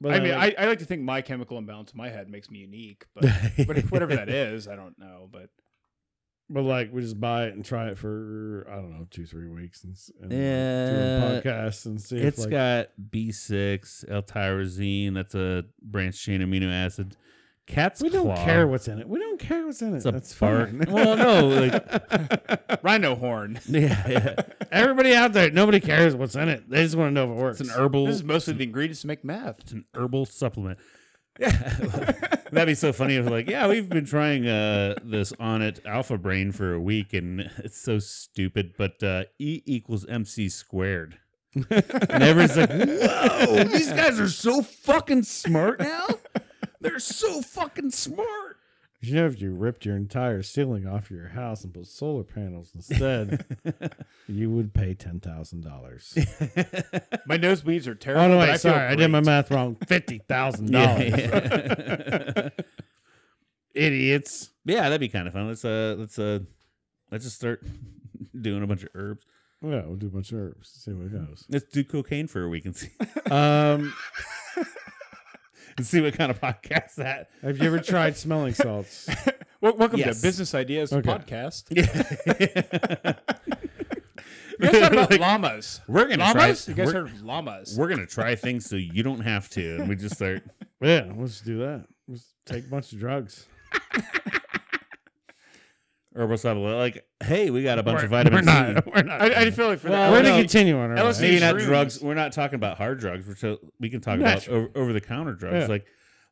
A: but
B: I mean,
A: like,
B: I, I like to think my chemical imbalance in my head makes me unique, but what- whatever that is, I don't know. But
A: but like we just buy it and try it for I don't know two three weeks and, s- and like,
C: Yeah.
A: do a podcast and see
C: It's
A: if like
C: got B6, L-tyrosine. That's a branched chain amino acid. Cat's
A: we don't
C: claw,
A: care what's in it. We don't care what's in it.
C: It's a
A: That's
C: bark.
A: fine.
C: Well, no, like
B: rhino horn.
C: yeah, yeah.
A: Everybody out there, nobody cares what's in it. They just want to know if it works.
C: It's an herbal.
B: This is mostly the ingredients to make meth.
C: It's an herbal supplement. Yeah, that'd be so funny if like, yeah, we've been trying uh this on it Alpha Brain for a week, and it's so stupid. But uh E equals MC squared. and everyone's like, whoa, these guys are so fucking smart now. They're so fucking smart.
A: You know, if you ripped your entire ceiling off your house and put solar panels instead, you would pay ten thousand dollars.
B: My noseweeds are terrible.
A: Oh no,
B: but
A: wait,
B: I feel
A: sorry, I did my
B: great.
A: math wrong. Fifty thousand dollars,
C: Yeah,
A: idiots.
C: yeah, that'd be kind of fun. Let's uh, let's uh, let's just start doing a bunch of herbs.
A: Yeah, we'll do a bunch of herbs. See what goes.
C: Let's do cocaine for a week and see
A: Um,
C: and see what kind of podcast that.
A: have you ever tried smelling salts?
B: Wel- welcome
C: Yes.
B: to Business Ideas
A: Okay.
B: Podcast.
C: Yeah.
B: You guys talk about llamas.
C: We're gonna
B: Llamas?
C: try.
B: You guys
C: We're,
B: heard of llamas?
C: we're gonna try things so you don't have to, and we just start.
A: Yeah, let's do that. Let's take a bunch of drugs.
C: or what's up? Like, hey, we got a bunch
A: we're,
C: of vitamin
A: we're not,
C: C.
A: We're not.
B: I, I feel like for
C: Well,
B: that.
A: we're
C: no.
A: gonna continue on. our
B: LSD
A: ride.
C: Maybe not
B: Shrooms.
C: drugs. We're not talking about hard drugs. We're so, we can talk
A: Natural.
C: about over, over the counter drugs,
A: Yeah.
C: like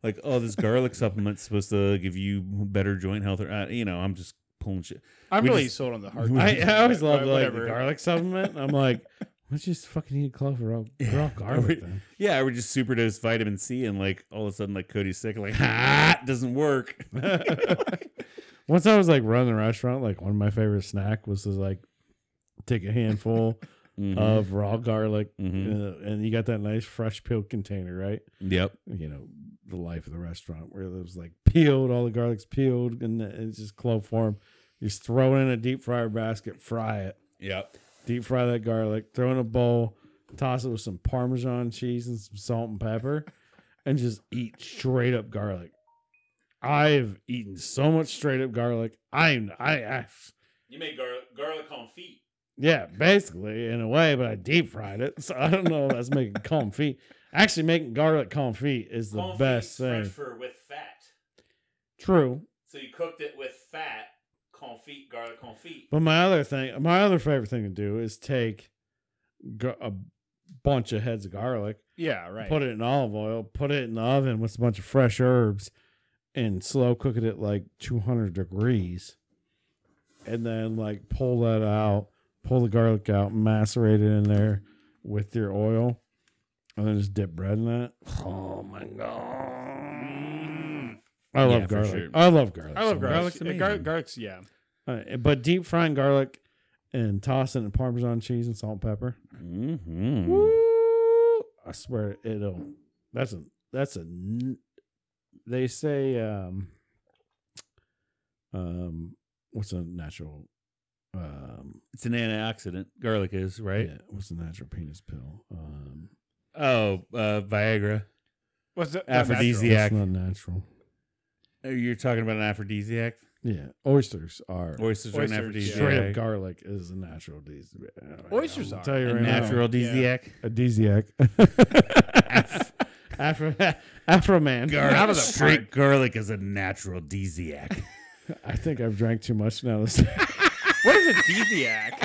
C: like oh, this garlic supplement's supposed to give you better joint health, or uh, you know, I'm just pulling shit.
B: I'm
C: we
B: really
C: just-
B: sold on the hard.
A: I, I always
B: but
A: loved like the
B: whatever.
A: garlic supplement. I'm like, let's just fucking eat clover. I'll grow up garlic. then.
C: Yeah, I would just superdose vitamin C, and like all of a sudden, like Cody's sick, like ha, it doesn't work.
A: Once I was like running the restaurant, like one of my favorite snack was to like take a handful
C: Mhm.
B: Mm-hmm.
A: of raw garlic,
C: Mhm.
A: uh, and you got that nice fresh peeled container, right?
C: Yep.
A: You know, the life of the restaurant where it was like peeled, all the garlic's peeled, and it's just clove form. You just throw it in a deep fryer basket, fry it,
C: Yep.
A: deep fry that garlic, throw in a bowl, toss it with some Parmesan cheese and some salt and pepper, and just eat straight up garlic. I've eaten so much straight up garlic. I'm I, I
C: You made garlic garlic confit.
A: yeah, basically in a way, but I deep fried it, so I don't know if that's making confit. Actually, making garlic confit is the best thing.
C: for with fat.
A: True,
C: So you cooked it with fat confit, garlic confit.
A: But my other thing, my other favorite thing to do is take gar- a bunch of heads of garlic,
B: Yeah, right.
A: put it in olive oil, put it in the oven with a bunch of fresh herbs, and slow cook it at like 200 degrees, and then like pull that out, pull the garlic out, macerate it in there with your oil, and then just dip bread in that. Oh my god. I love
C: Yeah, for
A: garlic.
C: sure.
A: I love garlic.
B: Mm. I
A: so
B: love garlic.
A: much.
C: Garlic's
B: Uh, gar-
C: amazing.
B: garlic's yeah.
A: Uh, but deep frying garlic and tossing in Parmesan cheese and salt and pepper.
C: Mm-hmm.
A: Woo! I swear it'll. That's a that's a. n- They say um. Um, what's a natural? Um,
C: It's an antioxidant. Garlic is right.
A: yeah, what's a natural penis pill? Um,
C: Oh, uh, Viagra.
B: What's oh, that?
C: Aphrodisiac. Zodiac.
A: it's not natural.
C: Oh, You're talking about an aphrodisiac.
A: Yeah, oysters are
C: Oysters, are an
B: Oysters,
C: aphrodisiac.
A: straight up garlic is a natural aphrodisiac.
B: Oysters
A: I'll
B: are.
A: tell you
C: A
A: right now.
C: natural aphrodisiac.
A: Aphrodisiac. Afro, Afro man.
C: Garlic.
B: Out of the
C: straight
B: pipe.
C: garlic is a natural aphrodisiac.
A: I think I've drank too much now. This
B: What is a desiac?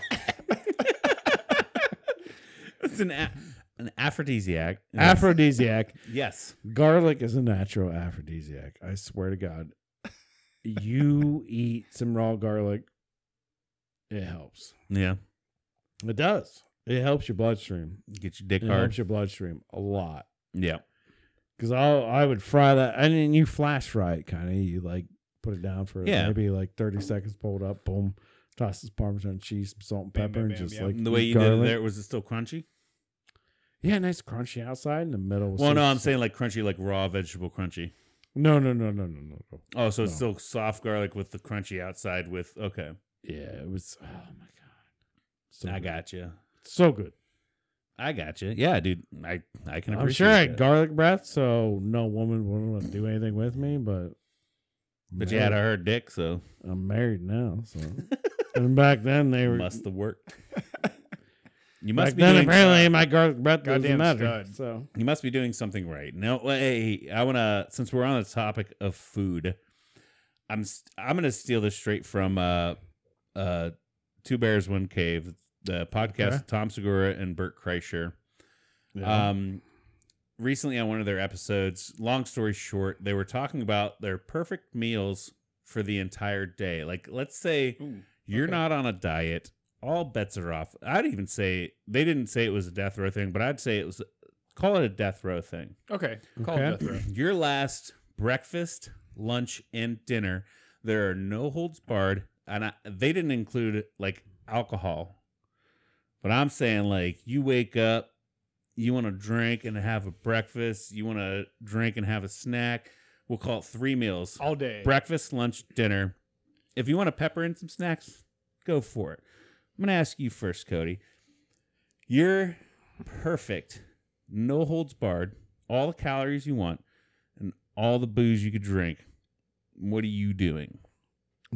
C: it's an a- an aphrodisiac.
A: aphrodisiac.
C: Yes.
A: Garlic is a natural aphrodisiac. I swear to God. You eat some raw garlic, it helps.
C: Yeah.
A: It does. It helps your bloodstream.
C: Get your dick
A: It
C: hard.
A: helps your bloodstream a lot.
C: yeah.
A: Because I I would fry that, and then you flash fry it kind of. You like put it down for
C: Yeah.
A: maybe like thirty seconds, pull it up, boom, toss this parmesan cheese, some salt and
B: Bam,
A: pepper,
B: bam,
A: and
B: bam,
A: just
B: yeah.
A: like
C: The way
A: eat
C: you did it
A: garlic.
C: there was it still crunchy?
A: Yeah, nice crunchy outside, in the middle. was
C: Well, no,
A: so-
C: I'm saying like crunchy, like raw vegetable crunchy.
A: no, no, no, no, no, no, no.
C: Oh, so it's
A: No.
C: still soft garlic with the crunchy outside. With okay,
A: Yeah, it was. Oh my god, so
C: I
A: good.
C: got you.
A: so good.
C: I got you. Yeah, dude. I I can.
A: I'm
C: appreciate
A: sure I had
C: that.
A: garlic breath, so no woman would want to do anything with me. But
C: But you had a hard dick, so
A: I'm married now, so. and back then they were.
C: must have worked. you
A: back
C: must be
A: then
C: doing,
A: apparently my garlic breath doesn't
B: Goddamn
A: matter.
B: stud.
A: So
C: you must be doing something right. No, hey, I want to. Since we're on the topic of food, I'm s- I'm gonna steal this straight from uh uh Two Bears One Cave, the podcast
A: Okay.
C: of Tom Segura and Bert Kreischer.
A: yeah.
C: Um, recently on one of their episodes, long story short, they were talking about their perfect meals for the entire day. Like, let's say
B: Ooh,
C: you're
B: okay.
C: not on a diet, all bets are off. I'd even say they didn't say it was a death row thing, but I'd say it was call it a death row thing.
B: Okay. Call
A: Okay.
B: it death row.
C: Your last breakfast, lunch, and dinner, there are no holds barred, and I, they didn't include like alcohol. But I'm saying like you wake up, you want to drink and have a breakfast, you want to drink and have a snack. We'll call it three meals:
B: All day.
C: breakfast, lunch, dinner. If you want to pepper in some snacks, go for it. I'm gonna ask you first, Cody. You're perfect, no holds barred, all the calories you want, and all the booze you could drink. What are you doing?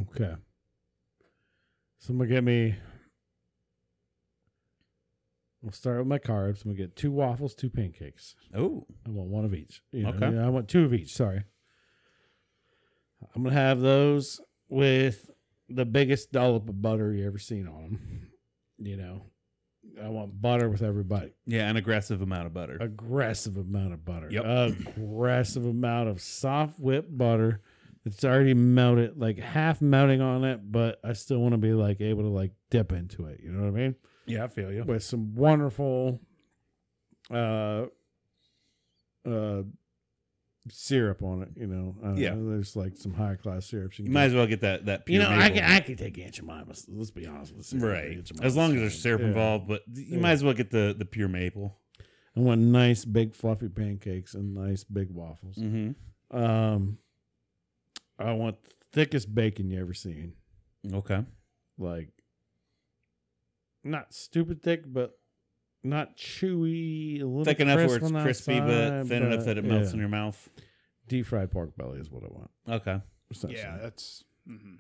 A: okay. Someone get me. We'll start with my carbs. I'm gonna get two waffles, two pancakes.
C: Oh,
A: I want one of each. You know,
C: Okay.
A: yeah, I want two of each. Sorry. I'm gonna have those with the biggest dollop of butter you ever seen on them. You know, I want butter with every bite.
C: Yeah, an aggressive amount of
A: Uh,
C: butter.
A: Aggressive amount of butter.
C: Yep.
A: Aggressive amount of soft whipped butter that's already melted, like half melting on it, but I still want to be like able to like dip into it. You know what I mean?
C: Yeah, I feel you.
A: with some wonderful uh uh syrup on it you know I don't
C: Yeah.
A: know, there's like some higher class syrups
C: You
A: can
C: might
A: get.
C: as well get that that
A: you
C: pure
A: know I
C: maple.
A: can, I can take aunt jemima's let's be honest with you
C: right. As long as there's syrup involved, but you might
A: Yeah.
C: as well get the the pure maple.
A: i want nice big fluffy pancakes and nice big waffles
C: Mm-hmm.
A: um i want the thickest bacon you ever seen
C: Okay.
A: like not stupid thick but not chewy a little
C: Thick enough where
A: crisp
C: it's
A: on the
C: crispy, but
A: outside,
C: thin enough
A: but-
C: that it melts
A: yeah.
C: in your mouth.
A: deep fried pork belly is what I want.
C: Okay.
A: Essentially.
B: Yeah, that's. mhm.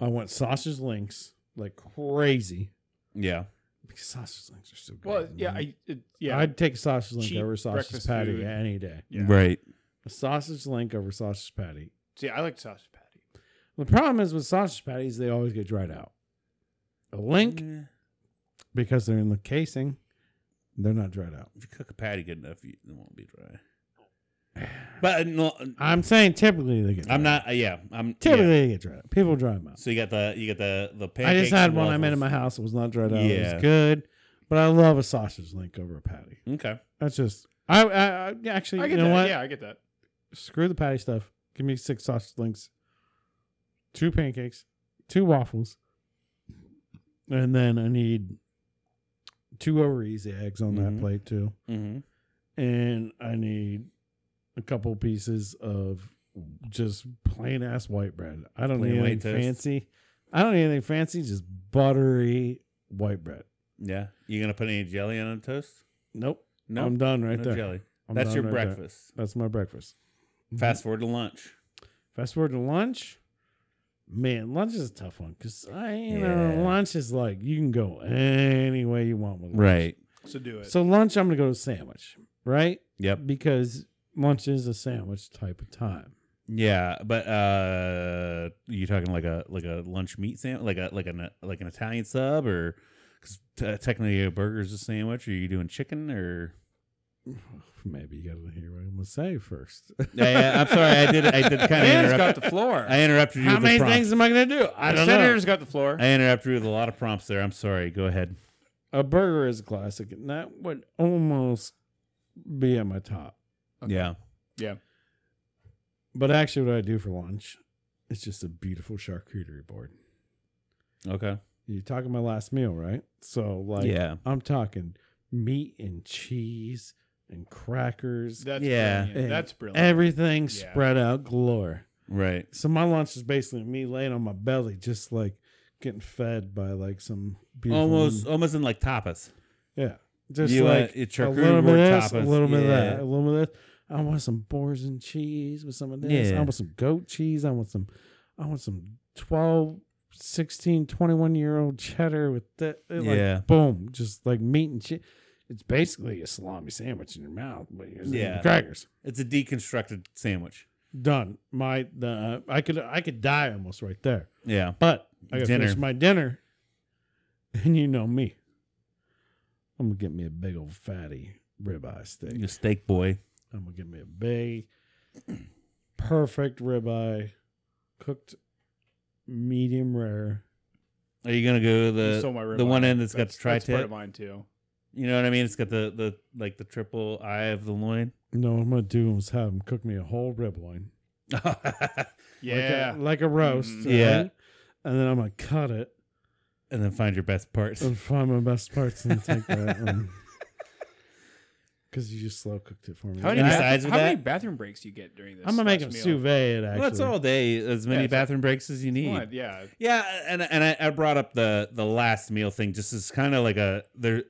A: I want sausage links like crazy
C: Yeah.
A: because sausage links are so good.
B: Well, yeah,
A: man.
B: I, it, yeah,
A: I'd take sausage link
B: Cheap
A: over sausage
B: breakfast
A: patty
B: food.
A: any day.
B: yeah.
C: Right.
A: A sausage link over sausage patty.
B: See, I like sausage patty.
A: The problem is with sausage patties, they always get dried out. A link
C: Eh,
A: because they're in the casing, they're not dried out.
C: If you cook a patty good enough, you, it won't be dry. But uh, no,
A: I'm saying typically they get. Dried
C: I'm
A: out.
C: not. uh, Yeah, I'm.
A: Typically
C: yeah.
A: they get dried out. People dry them out.
C: So you got the you got the the
A: I
C: pancakes.
A: just had
C: and
A: one I made in my
C: waffles.
A: house. It was not dried out. It
C: Yeah.
A: was good, but I love a sausage link over a patty.
C: Okay.
A: That's just I, I, I actually
B: I
A: you
B: get
A: know
B: that.
A: what?
B: Yeah, I get that.
A: Screw the patty stuff. Give me six sausage links, two pancakes, two waffles, and then I need two over easy eggs on
C: Mhm.
A: that plate too,
C: Mm-hmm.
A: and I need a couple pieces of just plain ass white bread. I don't
C: Plain
A: need
C: white
A: anything
C: toast.
A: fancy. I don't need anything fancy. Just buttery white bread.
C: Yeah. You gonna put any jelly on a toast?
A: Nope.
C: No.
A: I'm done right
C: no
A: there.
C: jelly.
A: I'm
C: That's
A: done
C: your
A: right there. Mm-hmm.
C: breakfast.
A: That's my breakfast.
C: Fast forward to lunch.
A: Fast forward to lunch. Man, lunch is a tough one because I, you
C: Yeah.
A: know, lunch is like you can go any way you want with lunch.
B: So do it.
A: So lunch, I'm gonna go to sandwich, right?
C: Yep.
A: Because lunch is a sandwich type of time.
C: Yeah, but uh you talking like a like a lunch meat sandwich, like a like an like an Italian sub, or because t- technically a burger is a sandwich. Are you doing chicken or?
A: Maybe you gotta hear what I'm gonna say first.
C: Yeah, yeah, I'm sorry, I did I did kind of
B: Senator's
C: interrupt.
B: got the floor.
C: I interrupted you.
A: How
C: with the
A: many
C: prompt.
A: things am I gonna do? I don't know.
B: Senator's got the floor.
C: I interrupted you with a lot of prompts there. I'm sorry. Go ahead.
A: A burger is a classic, and that would almost be at my top.
C: Yeah.
A: But actually, what I do for lunch is just a beautiful charcuterie board.
C: Okay.
A: You're talking my last meal, right? So like,
C: yeah.
A: I'm talking meat and cheese and crackers,
B: That's
C: Yeah.
B: brilliant. That's brilliant.
A: everything
B: Yeah.
A: spread out galore.
C: Right.
A: So my lunch is basically me laying on my belly, just like getting fed by like some beautiful
C: Almost
A: woman.
C: almost in like tapas.
A: yeah, just
C: You, uh,
A: like
C: it's
A: a
C: charcuterie
A: little bit
C: board
A: of this, a
C: tapas.
A: little bit of
C: Yeah.
A: that, a little bit of this. I want some boars and cheese with some of this.
C: Yeah.
A: I want some goat cheese. I want some, I want some 12, 16, 21 year old cheddar with that. It, like,
C: Yeah.
A: boom, just like meat and cheese. It's basically a salami sandwich in your mouth, but it's
C: Yeah.
A: yeah. crackers.
C: It's a deconstructed sandwich.
A: Done. My the I could I could die almost right there,
C: Yeah.
A: but I got to
C: Dinner.
A: finish my dinner, and you know me. I'm gonna get me a big old fatty ribeye steak.
C: You steak boy.
A: I'm gonna get me a big, perfect ribeye, cooked medium rare.
C: Are you gonna go the
B: You stole my
C: the
B: ribeye.
C: one end that's got the
B: that's part
C: tri-tip?
B: of mine too.
C: You know what I mean? It's got the the like the triple eye of the loin.
A: No, what I'm gonna do is have him cook me a whole rib loin.
C: and
A: like a-
B: Yeah.
A: like a, roast.
B: Mhm.
A: right?
C: Yeah.
A: And then I'm gonna cut it
C: then find your best parts.
A: and find my best parts and take that. one. Cause you just slow cooked it for me.
B: How many,
C: Any
A: And I-
B: bath-
C: sides with
B: how
C: that?
B: many bathroom breaks do you get during this?
A: I'm gonna make him
B: last
A: sous
B: meal?
A: vide it. Actually,
C: Well, it's all day, as many
B: Yeah, it's like-
C: bathroom breaks as you need.
B: Come on, yeah.
C: Yeah, and and I, I brought up the the last meal thing just as kind of like a there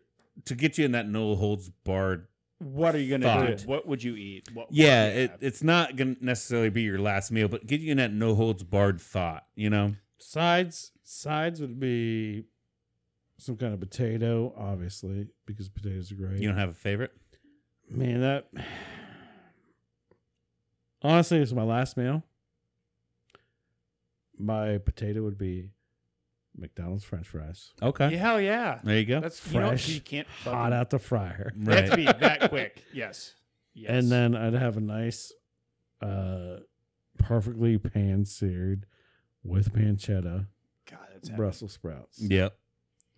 C: to get you in that no holds barred.
B: What are you
C: gonna
B: gonna
C: do?
B: do? What would you eat? What,
C: Yeah, it, it's not gonna necessarily be your last meal, but get you in that no holds barred thought. You know?
A: sides. Sides would be some kind of potato, obviously, because potatoes are great.
C: You don't have a favorite?
A: Man, that honestly, it's my last meal. my potato would be McDonald's French fries,
C: Okay.
B: Hell yeah.
C: There you go.
B: That's fresh.
A: Fresh,
B: you can't
A: hot out the fryer,
C: right.
B: Right. That's be that quick. Yes. Yes.
A: and then I'd have a nice, uh, perfectly pan seared with pancetta
B: God, that's heavy.
A: Brussels sprouts,
C: Yep.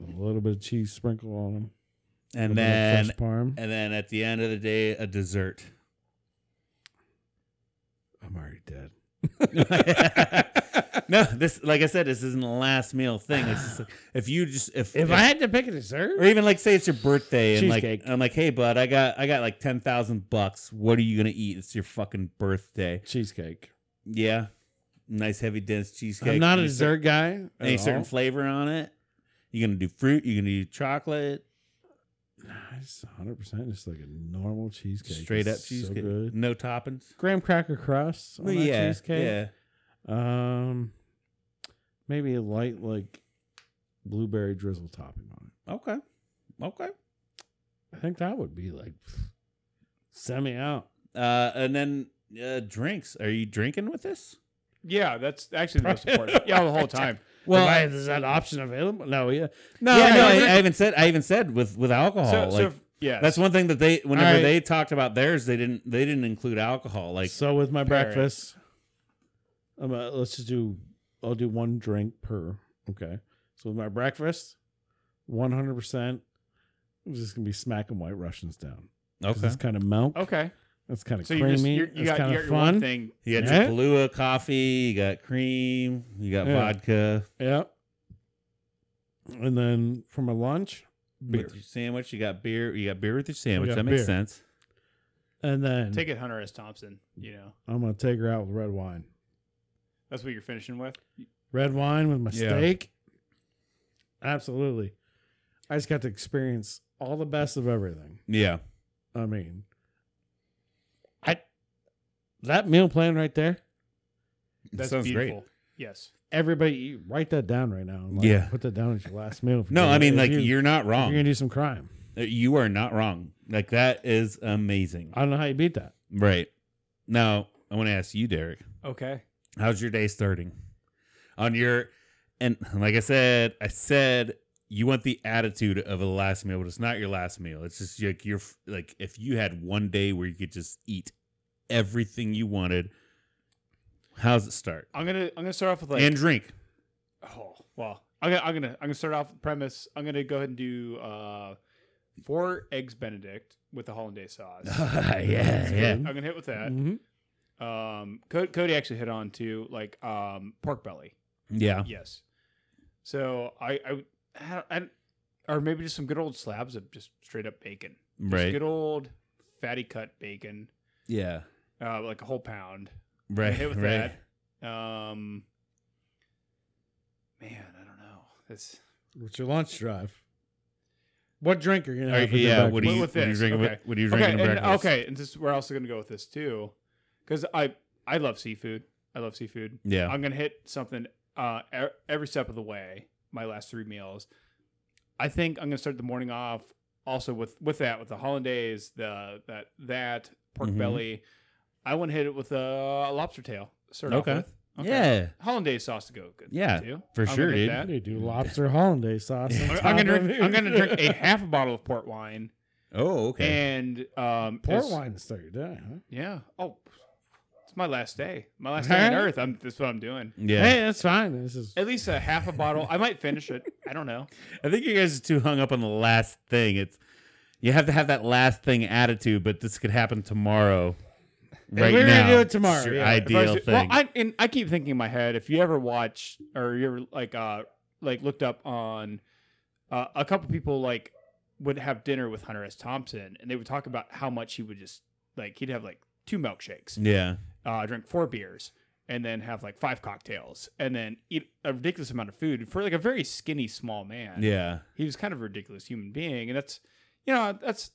A: a little bit of cheese sprinkle on them,
C: And then
A: fresh parm.
C: and then at the end of the day, a dessert.
A: I'm already dead.
C: no, this like I said, this isn't a last meal thing. It's just like, if you just if
A: If I had to pick a dessert,
C: or even like say it's your birthday and like
A: Cheesecake.
C: I'm like, hey bud, I got I got like ten thousand bucks. What are you gonna eat? It's your fucking birthday.
A: cheesecake.
C: Yeah, nice heavy dense cheesecake.
A: I'm not a
C: Any cer-
A: dessert guy. at
C: Any certain
A: all.
C: flavor on it? You gonna do fruit? You gonna do chocolate?
A: Nah, it's 100 percent just like a normal cheesecake. Mm.
C: Straight up
A: It's
C: cheesecake,
A: So good.
C: no toppings.
A: Graham cracker crust on
C: Well,
A: that
C: yeah,
A: cheesecake.
C: yeah.
A: Um, maybe a light like blueberry drizzle topping on
C: Okay, okay.
A: it. I think that would be like send me out.
C: Uh, and then uh, drinks. Are you drinking with this?
B: yeah, that's actually the most important. yeah, the whole time.
A: Well, I, is that option available? No, yeah, no,
C: yeah, no,
A: I-
C: I, I even said I even said with with alcohol.
B: So,
C: Oh, like,
B: so yeah,
C: that's one thing that they whenever
A: right.
C: they talked about theirs, they didn't they didn't include alcohol. Like
A: so with my
B: Pair it.
A: breakfast, I'm uh, let's just do. I'll do one drink per. Okay, so with my breakfast, 100. percent I'm just gonna be smacking white Russians down. 'Cause
C: okay,
A: it's kind of milk.
B: okay.
A: It's kind of
B: So you just
A: creamy.
B: you're, you
A: it's
B: got,
A: kind
B: you got
A: of
B: your one
A: fun.
B: thing.
C: you got
A: Yeah.
C: your Kahlua coffee, you got cream, you got
A: Yeah.
C: vodka
A: Yep. And then for my lunch, beer.
C: with your sandwich, you got beer, you got beer with your sandwich.
A: got
C: That makes
A: beer.
C: sense.
A: And then
B: Take it, Hunter S. Thompson. You know,
A: I'm gonna take her out with red wine.
B: that's what you're finishing with.
A: Red wine with my
B: Yeah.
A: steak. Absolutely. I just got to experience all the best of everything.
C: Yeah,
A: I mean, I that meal plan right there.
B: That's
C: sounds
B: beautiful. Yes.
A: Everybody, you write that down right now. Like,
C: Yeah.
A: put that down as your last meal.
C: No, I mean
A: If
C: like
A: you-
C: you, are not
A: if
C: wrong. Uh,
A: You're gonna do some crime.
C: you are not wrong. Like that is amazing.
A: I don't know how you beat that.
C: right now, I want to ask you, Derek.
B: Okay.
C: How's your day starting? On your and like I said, I said you want the attitude of a last meal, but it's not your last meal. It's just like you're like if you had one day where you could just eat everything you wanted. How's it start?
B: I'm gonna I'm gonna start off with like
C: and drink.
B: Oh well, I'm gonna I'm gonna I'm gonna start off with premise. I'm gonna go ahead and do uh, four eggs Benedict with the hollandaise sauce.
C: yeah, yeah.
B: I'm gonna hit with that.
C: Mm-hmm.
A: Mhm.
B: Um, Co- Cody actually hit on to like um, pork belly.
C: Yeah.
B: Yes. So I I, had- I or maybe just some good old slabs of just straight up bacon. Just
C: Right.
B: Good old fatty cut bacon,
C: Yeah.
B: uh, like a whole pound.
C: Right.
B: hit with
C: right.
B: that. Um, man, I don't know. It's
A: What's your lunch drive? What drink are you gonna
C: All
A: have?
C: right,
A: for your
C: Uh, yeah, what
A: breakfast?
C: do you,
B: With
C: what are you
B: this,
C: drinking?
B: okay.
C: What, what are you
B: okay,
C: drinking
B: and,
C: to breakfast?
B: okay, and this we're also gonna go with this too, because I I love seafood. I love seafood.
C: Yeah.
B: I'm gonna hit something uh e- every step of the way. My last three meals. I think I'm gonna start the morning off also with with that with the hollandaise, the that that pork
C: Mhm.
B: belly. I want to hit it with a lobster tail. Start off
C: Okay.
B: with.
C: Yeah.
B: hollandaise sauce to go good. with
C: Yeah,
B: it, too.
C: for
B: I'm gonna
C: sure,
B: hit
C: dude.
B: that.
A: They do lobster hollandaise sauce. on
B: I'm gonna
A: top of
B: drink,
A: it.
B: I'm gonna drink a half a bottle of port wine
C: Oh, okay.
B: and um
A: port
B: as-
A: wine to start your day, huh?
B: Yeah. Oh, it's my last day. My last day on
A: Huh?
B: Earth. I'm. That's what I'm doing.
C: yeah.
A: Hey, that's fine. This is
B: At least a half a bottle. I might finish it. I don't know.
C: I think you guys are too hung up on the last thing. It's you have to have that last thing attitude, but this could happen tomorrow. Right
A: we're
C: now,
A: gonna do it tomorrow,
C: It's your
A: yeah.
B: If I
C: ideal
B: was-
C: thing.
B: Well, I and I keep thinking in my head if you ever watch or you ever like uh like looked up on uh, a couple people like would have dinner with Hunter S. Thompson and they would talk about how much he would just like he'd have like two milkshakes.
C: yeah,
B: uh, drink four beers and then have like five cocktails and then eat a ridiculous amount of food for like a very skinny small man
C: yeah,
B: he was kind of a ridiculous human being and that's you know that's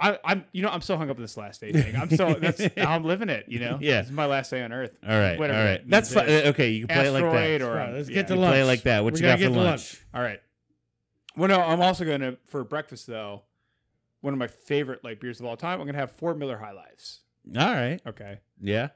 B: I, I'm you know I'm so hung up on this last day thing I'm so that's how I'm living it you know
C: Yeah.
B: this is my last day on earth
C: all right,
B: Whatever
C: all
B: that
C: right.
B: means
C: That's
B: it
C: fine.
B: is.
C: Okay, you can play it like
B: asteroid
C: that.
B: or
A: Right, let's
B: yeah.
A: get to
C: You
A: lunch.
C: play it like that. What
A: We
C: you
A: gotta
C: got for
A: get to
C: lunch?
B: all right well no I'm also gonna for breakfast though one of my favorite like beers of all time I'm gonna have four Miller High Lives
C: All right,
B: okay
C: yeah,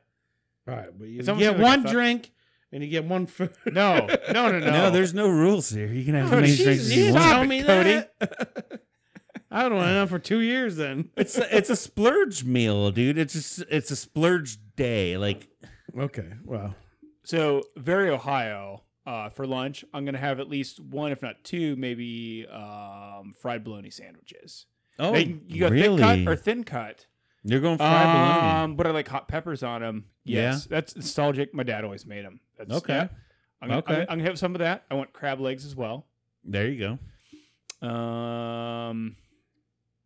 A: all right. But you
B: It's almost
A: get
B: like a
A: one
B: thought-
A: drink and you get one food.
B: No, no, no, no.
C: No, there's no rules here. You can have
A: Oh,
C: as many
A: Jesus,
C: drinks as
A: you
C: you
A: didn't
C: want.
A: tell me
B: Cody.
A: that. I don't want enough for two years then.
C: It's a, it's a splurge meal, dude. It's just it's a splurge day. Like
A: Okay. Well,
B: so very Ohio. Uh, for lunch, I'm gonna have at least one, if not two, maybe um, fried bologna sandwiches.
C: oh,
B: They- you got
C: really?
B: thick cut or thin cut.
C: You're going fried bologna.
B: Um, but I like hot peppers on them. Yes, that's nostalgic. My dad always made them. That's,
C: Okay.
B: yeah. I'm gonna,
C: Okay.
B: I'm, I'm gonna have some of that. I want crab legs as well.
C: There you go.
B: Um,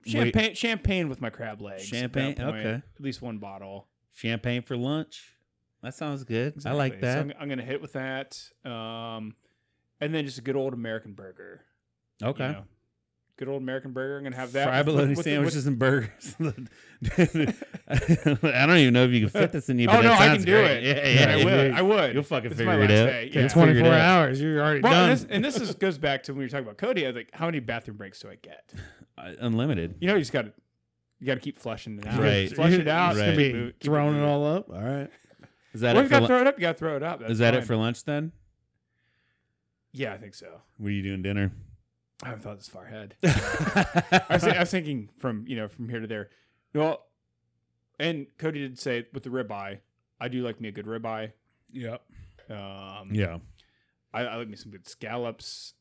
C: Wait.
B: champagne, champagne with my crab legs. at that
C: Champagne,
B: point.
C: okay.
B: At least one bottle.
C: Champagne for lunch. That sounds good. I like
B: Exactly. So
C: that.
B: I'm, I'm gonna hit with that. Um, and then just a good old American burger. you
C: okay.
B: know. Good old American burger. I'm gonna have that.
C: Fried
B: with-
C: bologna
B: with- with-
C: sandwiches and burgers. I don't even know if you can fit this in you.
B: Oh
C: but it
B: no, I
C: sounds
B: can do
C: great.
B: it.
C: Yeah,
B: Yeah,
C: yeah.
B: I would. I would.
C: You'll fucking
B: It's my
C: figure it
B: last
C: out.
B: day,
C: You'll
B: yeah.
C: figure it
A: 24
C: out.
A: hours. You're already
B: Well,
A: done.
B: and this, and this is, goes back to when we were talking about Cody. I was like, how many bathroom breaks do I get?
C: Uh, Unlimited.
B: You know, you just got to you got to keep flushing it out.
C: Right.
B: Flush it out.
A: It's
C: Right.
A: gonna
B: Keep it
A: be
B: mov- keep
A: throwing it,
B: moving.
A: all up. All right.
C: Is that it for
B: Well, if you
C: lu-
B: got to throw it up, you got to throw it up. That's
C: Is that it
B: fine.
C: for lunch then?
B: Yeah, I think so.
C: What are you doing dinner?
B: I haven't thought this far ahead. I was, I was thinking from you know from here to there. Well, and Cody did say with the ribeye, I do like me a good ribeye.
A: Yep.
B: Um,
C: yeah.
B: I, I like me some good scallops.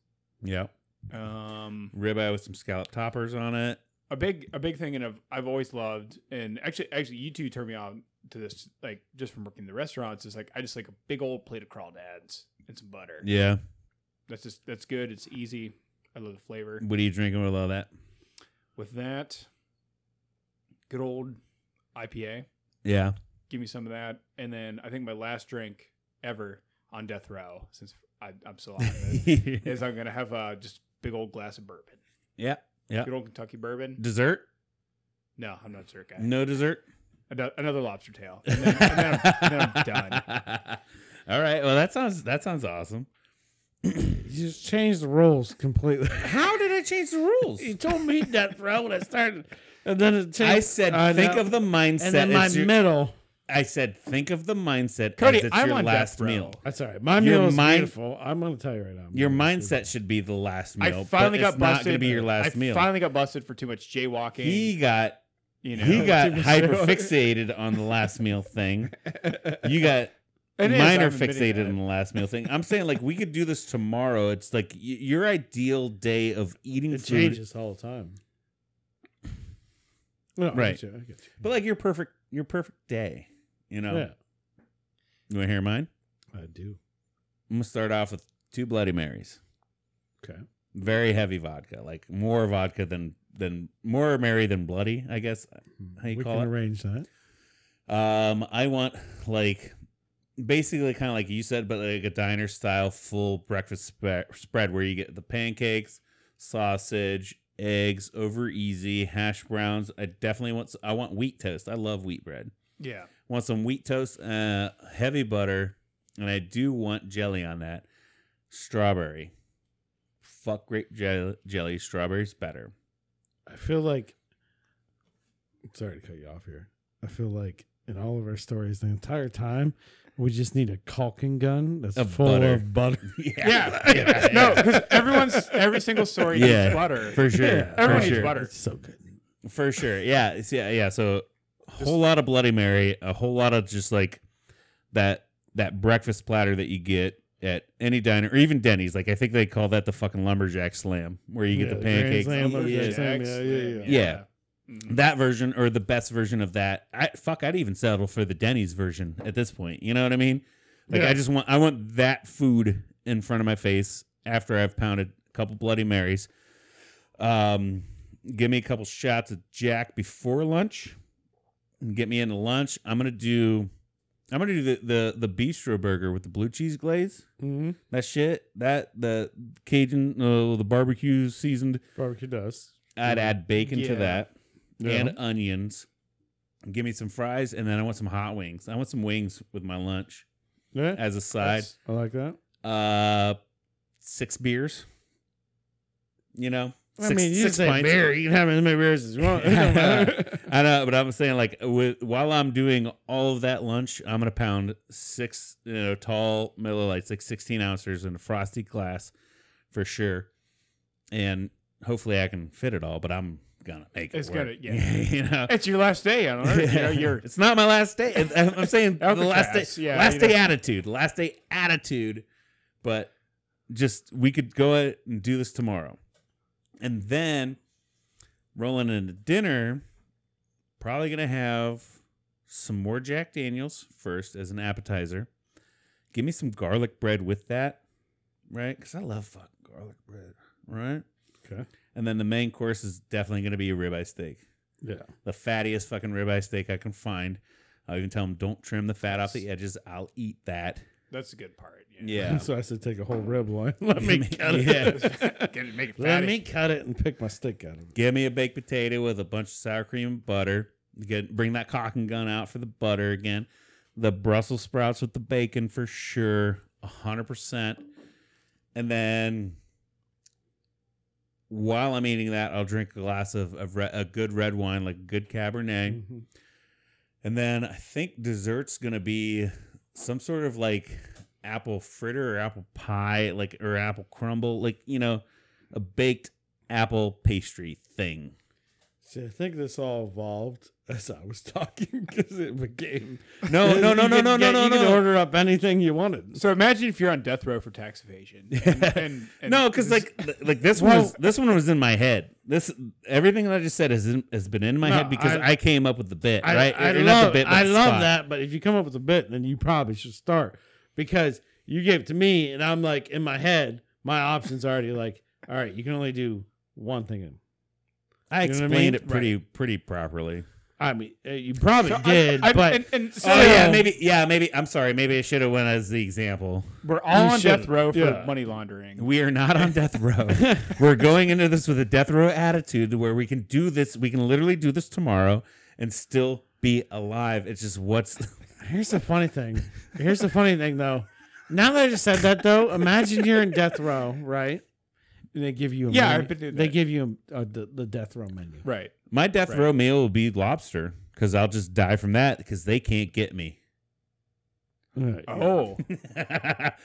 C: Yeah.
B: Um,
C: Ribeye with some scallop toppers on it.
B: a big a big thing, and I've I've always loved, and actually actually you two turned me on to this like just from working in the restaurants. Is like I just like a big old plate of crawdads and some butter.
C: Yeah.
B: That's just that's good. It's easy. I love the flavor.
C: What are you drinking with all that?
B: With that, good old IPA.
C: Yeah.
B: give me some of that. And then I think my last drink ever on death row, since I, I'm still on it, is I'm gonna have uh, just big old glass of bourbon,
C: yeah. Yeah.
B: good old Kentucky bourbon.
C: Dessert?
B: No, I'm not a dessert guy.
C: No dessert.
B: Ano- Another lobster tail, and then, and then, I'm, and then I'm done.
C: All right. Well, that sounds that sounds awesome.
A: You just changed the rules completely.
C: How did I change the rules?
A: you told me that throw when I started, and then it changed.
C: I said
A: I
C: think
A: know.
C: of the mindset.
A: and then my
C: as your-
A: middle.
C: I said think of the mindset
B: Cody,
C: as it's
B: I'm
C: your
B: on
C: last
B: death row.
C: meal.
A: That's all right. My
C: Your
A: meal is
C: mind-
A: beautiful. I'm gonna tell you right now.
C: Your
A: my meal is
C: mindset should be the last meal.
B: I finally
C: but
B: got
C: it's
B: busted.
C: not going to be your last
B: I
C: meal.
B: finally got busted for too much jaywalking.
C: he got
B: you know,
C: he got
A: Too much
C: hyper
A: steroids.
C: fixated on the last meal thing. You got
B: It is,
C: minor
B: I'm admitting
C: fixated
B: that.
C: on the last meal thing. I'm saying like we could do this tomorrow. It's like y- your ideal day of eating
A: It
C: food,
A: changes all the time. No, I get
C: Right.
A: you, I get you.
C: but like your perfect your perfect day. You know,
A: Yeah,
C: you want to hear mine?
A: I do.
C: I'm gonna start off with two Bloody Marys,
A: Okay.
C: very heavy vodka, like more vodka than than more Mary than bloody. I guess How you
A: we
C: call
A: can
C: it?
A: arrange that.
C: Um, I want like basically kind of like you said, but like a diner style full breakfast spe- spread where you get the pancakes, sausage, eggs over easy, hash browns. I definitely want. s- I want wheat toast. I love wheat bread.
B: Yeah,
C: Want some wheat toast, uh, heavy butter, and I do want jelly on that. Strawberry, fuck grape jelly. jelly strawberries better.
A: I feel like. Sorry to cut you off here. I feel like in all of our stories, the entire time, we just need a caulking gun that's
C: Of
A: full
C: butter.
A: of butter.
B: yeah,
C: yeah,
B: no, because everyone's every single story
C: Yeah.
B: needs butter.
C: for sure.
A: Yeah.
C: for
B: Everyone
C: sure.
B: needs butter.
A: It's so good.
C: For sure. Yeah. It's, yeah. Yeah. So a whole lot of Bloody Mary, a whole lot of just like that that breakfast platter that you get at any diner or even Denny's. Like I think they call that the fucking lumberjack slam where you get
A: Yeah,
C: the
A: the Grand
C: pancakes.
A: Slam,
C: Yeah.
A: lumberjack slam, yeah, yeah, yeah.
C: Yeah.
B: Mhm.
C: That version or the best version of that. I fuck, I'd even settle for the Denny's version at this point. You know what I mean? Like
A: Yeah.
C: I just want I want that food in front of my face after I've pounded a couple Bloody Marys. Um give me a couple shots of Jack before lunch and get me into lunch. I'm gonna do I'm gonna do the the, the bistro burger with the blue cheese glaze.
A: Mm-hmm.
C: That shit, that the Cajun, uh, the barbecue seasoned.
A: Barbecue dust.
C: I'd add bacon to
B: Yeah.
C: that
A: Yeah.
C: and onions. Give me some fries, and then I want some hot wings. I want some wings with my lunch
A: yeah.
C: as a side.
B: That's-
A: I like that.
C: Uh, six beers. You know,
A: I
C: Six-
A: mean, you
C: six
A: say
C: pints.
A: beer. You can have as many beers as you want. It don't matter.
C: I know, but I'm saying like with, while I'm doing all of that lunch, I'm gonna pound six you know tall Miller Lights, like 16 ounces in a frosty glass for sure, and hopefully I can fit it all. But I'm gonna make it.
B: It's
C: work.
B: gonna- yeah.
C: you know.
B: It's your last day on Earth. You know, you're
C: it's not my last day. I- I'm saying the last day.
B: Alcatraz, yeah,
C: last
B: you know.
C: day attitude. Last day attitude. But just we could go out and do this tomorrow, and then rolling into dinner. Probably gonna have some more Jack Daniels first as an appetizer. Give me some garlic bread with that, right? Because I love fucking garlic bread, right?
A: okay.
C: And then the main course is definitely gonna be a ribeye steak
A: Yeah.
C: the fattiest fucking ribeye steak I can find. I'll even tell them don't trim the fat off the edges. I'll eat that.
B: that's the good part.
C: Yeah.
A: So I said, take a whole rib loin. Let me cut it.
C: Yeah.
B: Get it, make it
A: Let
B: fatty.
A: me cut it and pick my stick out of it.
C: Give me a baked potato with a bunch of sour cream and butter. Get bring that cock and gun out for the butter again. The Brussels sprouts with the bacon for sure, hundred percent. And then while I'm eating that, I'll drink a glass of, of re- a good red wine, like a good Cabernet.
A: Mhm.
C: And then I think dessert's gonna be some sort of like apple fritter or apple pie, like or apple crumble, like you know, a baked apple pastry thing.
A: See, I think this all evolved as I was talking because it became.
C: No, no, no,
A: You
C: no,
A: could
C: no, no,
A: get-
C: no,
A: You could
C: no,
A: order up anything you wanted.
B: So imagine if you're on death row for tax evasion. And, and, and
C: no, because
B: this-
C: like, th- like this one, was, this one was in my head. This everything that I just said has in, has been in my
A: No,
C: head because I,
A: I-
C: came up with the bit,
A: I,
C: right?
A: I,
C: Or not the
A: love,
C: bit, but
A: I
C: the
A: love
C: spot.
A: that, but if you come up with a bit, then you probably should start because you gave it to me, and I'm like in my head, my options are already like, all right, you can only do one thing.
C: I
A: You know what I
C: explained
A: mean?
C: it pretty, pretty properly.
A: I mean, uh, you probably
B: So I-
A: did,
B: I-
A: but
B: and, and so
C: Oh yeah,
A: yeah.
C: maybe, yeah, maybe. I'm sorry, maybe I should have went as the example.
B: we're all
A: You
B: on
A: shouldn't.
B: death row for
A: Yeah.
B: money laundering.
C: We are not on death row. We're going into this with a death row attitude where we can do this. We can literally do this tomorrow and still be alive. It's just what's.
A: here's the funny thing. Here's the funny thing, though. Now that I just said that, though, imagine you're in death row, right? And they give you a
B: Yeah,
A: menu-
B: I've been doing
A: they
B: that.
A: give you a, uh, the the death row menu.
B: Right.
C: My death
B: Right.
C: row meal will be lobster because I'll just die from that because they can't get me.
A: Right.
B: Oh,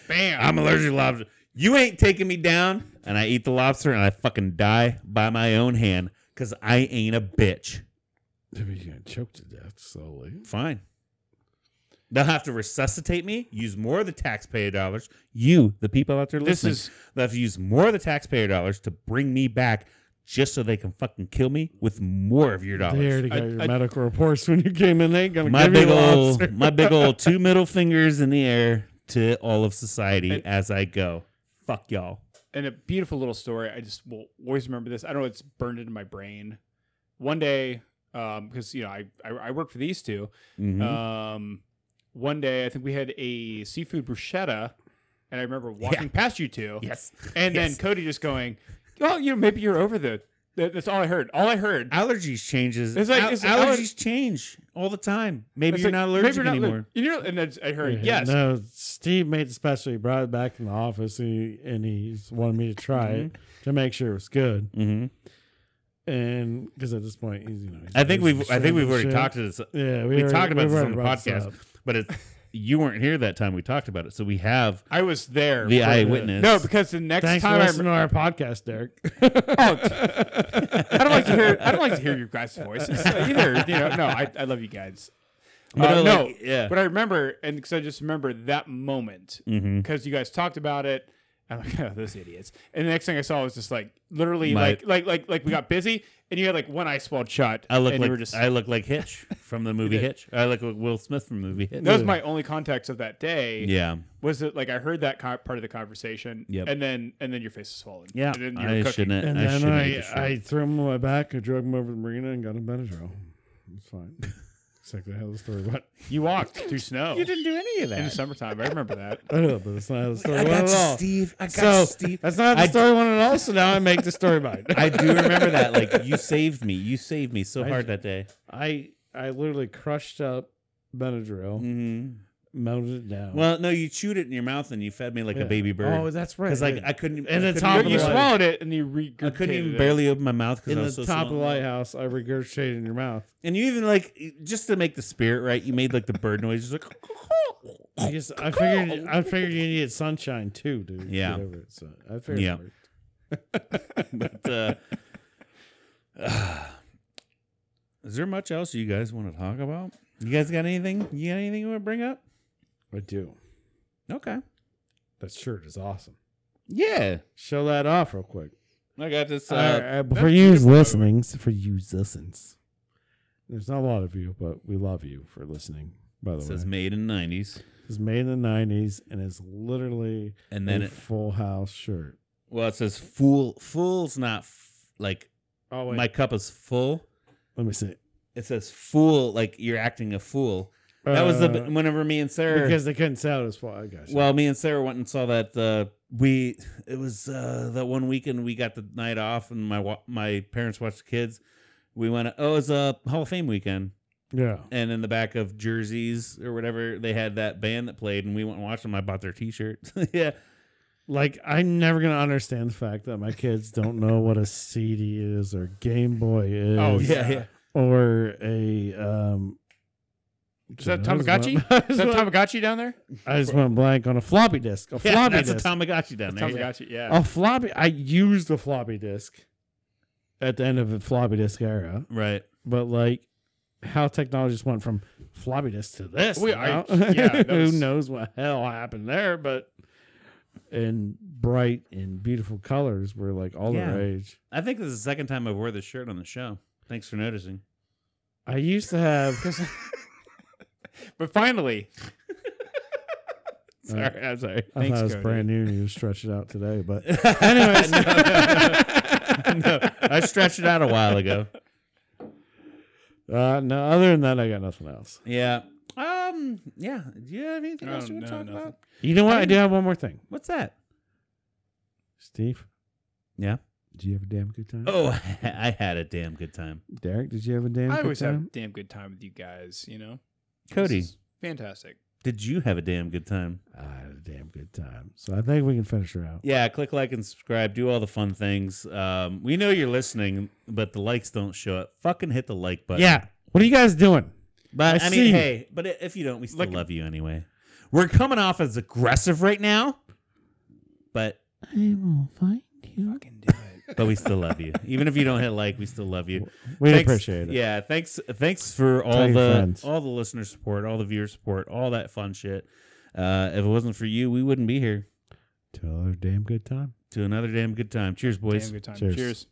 B: bam.
C: I'm allergic to lobster. You ain't taking me down. And I eat the lobster and I fucking die by my own hand because I ain't a bitch.
A: You're gonna choke to death slowly.
C: Fine. They'll have to resuscitate me, use more of the taxpayer dollars. You, the people out there
B: This
C: listening,
B: is-
C: they'll have to use more of the taxpayer dollars to bring me back just so they can fucking kill me with more of your
A: They
C: dollars.
A: already got your
B: I-
A: medical reports when you came in. They ain't gonna
C: My
A: give
C: big
A: you
C: old
A: lobster.
C: my big old two middle fingers in the air to all of society
B: And-
C: as I go. Fuck y'all.
B: and a beautiful little story. I just will always remember this. I don't know. It's burned into my brain. One day, um, because you know, I, I I work for these two.
C: Mhm.
B: Um, one day, I think we had a seafood bruschetta, and I remember walking past you two,
C: yes.
B: and
C: Yes.
B: then Cody just going, "Oh, you know, maybe you're over the." that- That's all I heard. All I heard.
C: Allergies changes.
B: It's like-
C: Al-
B: it's like-
C: allergies change all the time. Maybe
B: It's
C: you're
B: like,
C: not
B: maybe
C: allergic
B: you're not aller-
C: anymore.
B: You know, and that's, I heard
A: Yeah,
B: yes.
A: No, Steve made the special. He brought it back from the office, and he, and he wanted me to try it to make sure it was good.
C: mm-hmm.
A: And because at this point, he's, you know, he's
C: I think
A: busy
C: we've I think we've already
A: shit.
C: talked to this
A: Yeah,
C: we,
A: already-
C: talked about
A: we've
C: this on
A: already
C: the
A: brought this
C: podcast,
A: up.
C: but it's, you weren't here that time we talked about it. So we have
B: I was there.
C: the
B: for-
C: eyewitness.
B: No, because the next
A: Thanks for
B: time I
A: listening to our podcast, Derek.
B: Oh, t- I don't like to hear. I don't like to hear your guys' voices either. You know, no, I, I love you guys.
C: But
B: Uh,
C: I
B: no,
C: like- yeah.
B: but I remember, and because I just remember that moment
C: Mhm.
B: because you guys talked about it. I'm like, oh, those idiots. And the next thing I saw was just like literally
C: My-
B: like like like like we got busy, and you had like one eye swelled shut.
C: I look
B: and you
C: like
B: were just.
C: I look like Hitch from the movie
B: did.
C: Hitch. I look like Will Smith from the movie Hitch.
B: that was my only context of that day.
C: yeah,
B: was that like I heard that co- part of the conversation,
C: Yep.
B: and then and then your face is swollen.
C: yeah.
B: and then you were
C: I
B: cooking.
C: shouldn't.
A: And
C: I
A: then
C: shouldn't.
A: I,
C: have just-
A: I threw him on my back. I drug him over to the marina and got him Benadryl. It's fine. Exactly how the story went.
B: You walked through snow
C: you didn't do any of
B: in the
C: that.
B: summertime. I remember that.
A: I know, but that's not how the story went at all.
C: Steve. I got
A: So that's not how the story went at all. So now I make the story mine.
C: I do remember that. Like you saved me. You saved me so hard that day.
A: I I literally crushed up Benadryl
C: Mm-hmm.
A: melted it down.
C: Well, no, you chewed it in your mouth and you fed me like
A: Yeah.
C: a baby bird.
A: Oh, that's right.
C: Because like
A: yeah.
C: I couldn't.
A: And
C: I couldn't
A: the top
B: You,
A: of
C: even
A: the
B: you
A: light.
B: swallowed it and you regurgitated
C: I couldn't even
B: it.
C: barely open my mouth because
A: in
C: I
A: the
C: was so
A: top of the
C: swollen.
A: lighthouse, I regurgitated in your mouth.
C: And you even like just to make the spirit right, you made like the bird noise, just like.
A: I guess I figured I figured you needed sunshine too, dude. to
C: Yeah.
A: Get over it. So I figured.
C: Yeah.
A: It worked.
C: but uh, is there much else you guys want to talk about? You guys got anything? You got anything you want to bring up?
A: I do.
C: Okay.
A: That shirt is awesome.
C: Yeah,
A: Show that off real quick.
C: I got this.
A: Uh, uh,
B: that's
A: for you
B: beautiful.
A: listenings, for you listens. There's not a lot of you, but we love you for listening. By the
C: it says
A: way,
C: made in '90s,
A: it's made in the '90s and is literally
C: and then
A: a
C: it,
A: Full House shirt.
C: well, it says fool. Fool's not f- like
A: Oh
C: my cup is full.
A: let me see.
C: It says fool, like you're acting a fool. That was the
A: Uh,
C: whenever me and Sarah
A: because they couldn't sell it as full. I guess.
C: Well, me and Sarah went and saw that. Uh, we it was uh, that one weekend we got the night off, and my wa- my parents watched the kids. We went. Oh, it was a Hall of Fame weekend,
A: yeah.
C: and in the back of jerseys or whatever, they had that band that played, and we went and watched them. I bought their T-shirt. yeah,
A: Like I'm never gonna understand the fact that my kids don't know what a CD is or Game Boy is.
B: Oh,
C: yeah,
B: Yeah.
C: yeah.
A: Or a um.
B: Is that
A: I just
B: Tamagotchi?
A: went- I
B: Is
A: just
B: that
A: went-
B: Tamagotchi down there?
A: I just went blank on a floppy disk. A
C: Yeah,
A: floppy
C: that's
A: disk.
C: a Tamagotchi down there. yeah.
B: Tamagotchi, yeah.
A: a floppy. I used a floppy disk at the end of the floppy disk era,
C: Right.
A: but like how technology just went from floppy disk to this.
B: We- I-
A: now.
B: yeah, that
A: who
B: was-
A: knows what hell happened there? But and bright and beautiful colors were like all
C: Yeah.
A: the rage.
C: I think this is the second time I've wore this shirt on the show. Thanks for noticing.
A: I used to have.
B: But finally,
A: Sorry,
C: I'm sorry.
A: Uh, I thought
B: Thanks,
A: it was
B: Cody.
A: brand new. and You stretched it out today, but
C: Anyways, no, no, no. I stretched it out a while ago.
A: uh, no. Other than that, I got nothing else.
C: Yeah. Um. Yeah. Do you have anything
B: I
C: else you want to
B: don't know,
C: talk
B: nothing.
C: about?
A: You know what? I do have one more thing,
C: What's that?
A: Steve.
C: Yeah?
A: Did you have a damn good time?
C: Oh, I had a damn good time.
A: Derek, did you have a damn
B: I
A: good
B: always have a
A: time?
B: damn good time with you guys, you know?
C: Cody,
B: This is fantastic.
C: did you have a damn good time?
A: I had a damn good time. So I think we can finish her out.
C: Yeah. Click like and subscribe. Do all the fun things. Um. We know you're listening, but the likes don't show up. Fucking hit the like button.
A: yeah. What are you guys doing?
C: But
A: I
C: I,
A: see
C: mean,
A: you.
C: hey. But i- if you don't, we still
B: Like-
C: love you anyway. We're coming off as aggressive right now, but
A: I will find you.
B: Fucking do it.
C: but we still love you. Even if you don't hit like, we still love you.
A: We
C: Thanks-
A: appreciate it.
C: Yeah, thanks thanks for all
A: Tell your
C: the
A: friends.
C: all the listener support, all the viewer support, all that fun shit. Uh, if it wasn't for you, we wouldn't be here.
A: Till her damn good time.
C: To another damn good time. Cheers, boys.
B: damn good time.
A: Cheers.
B: Cheers.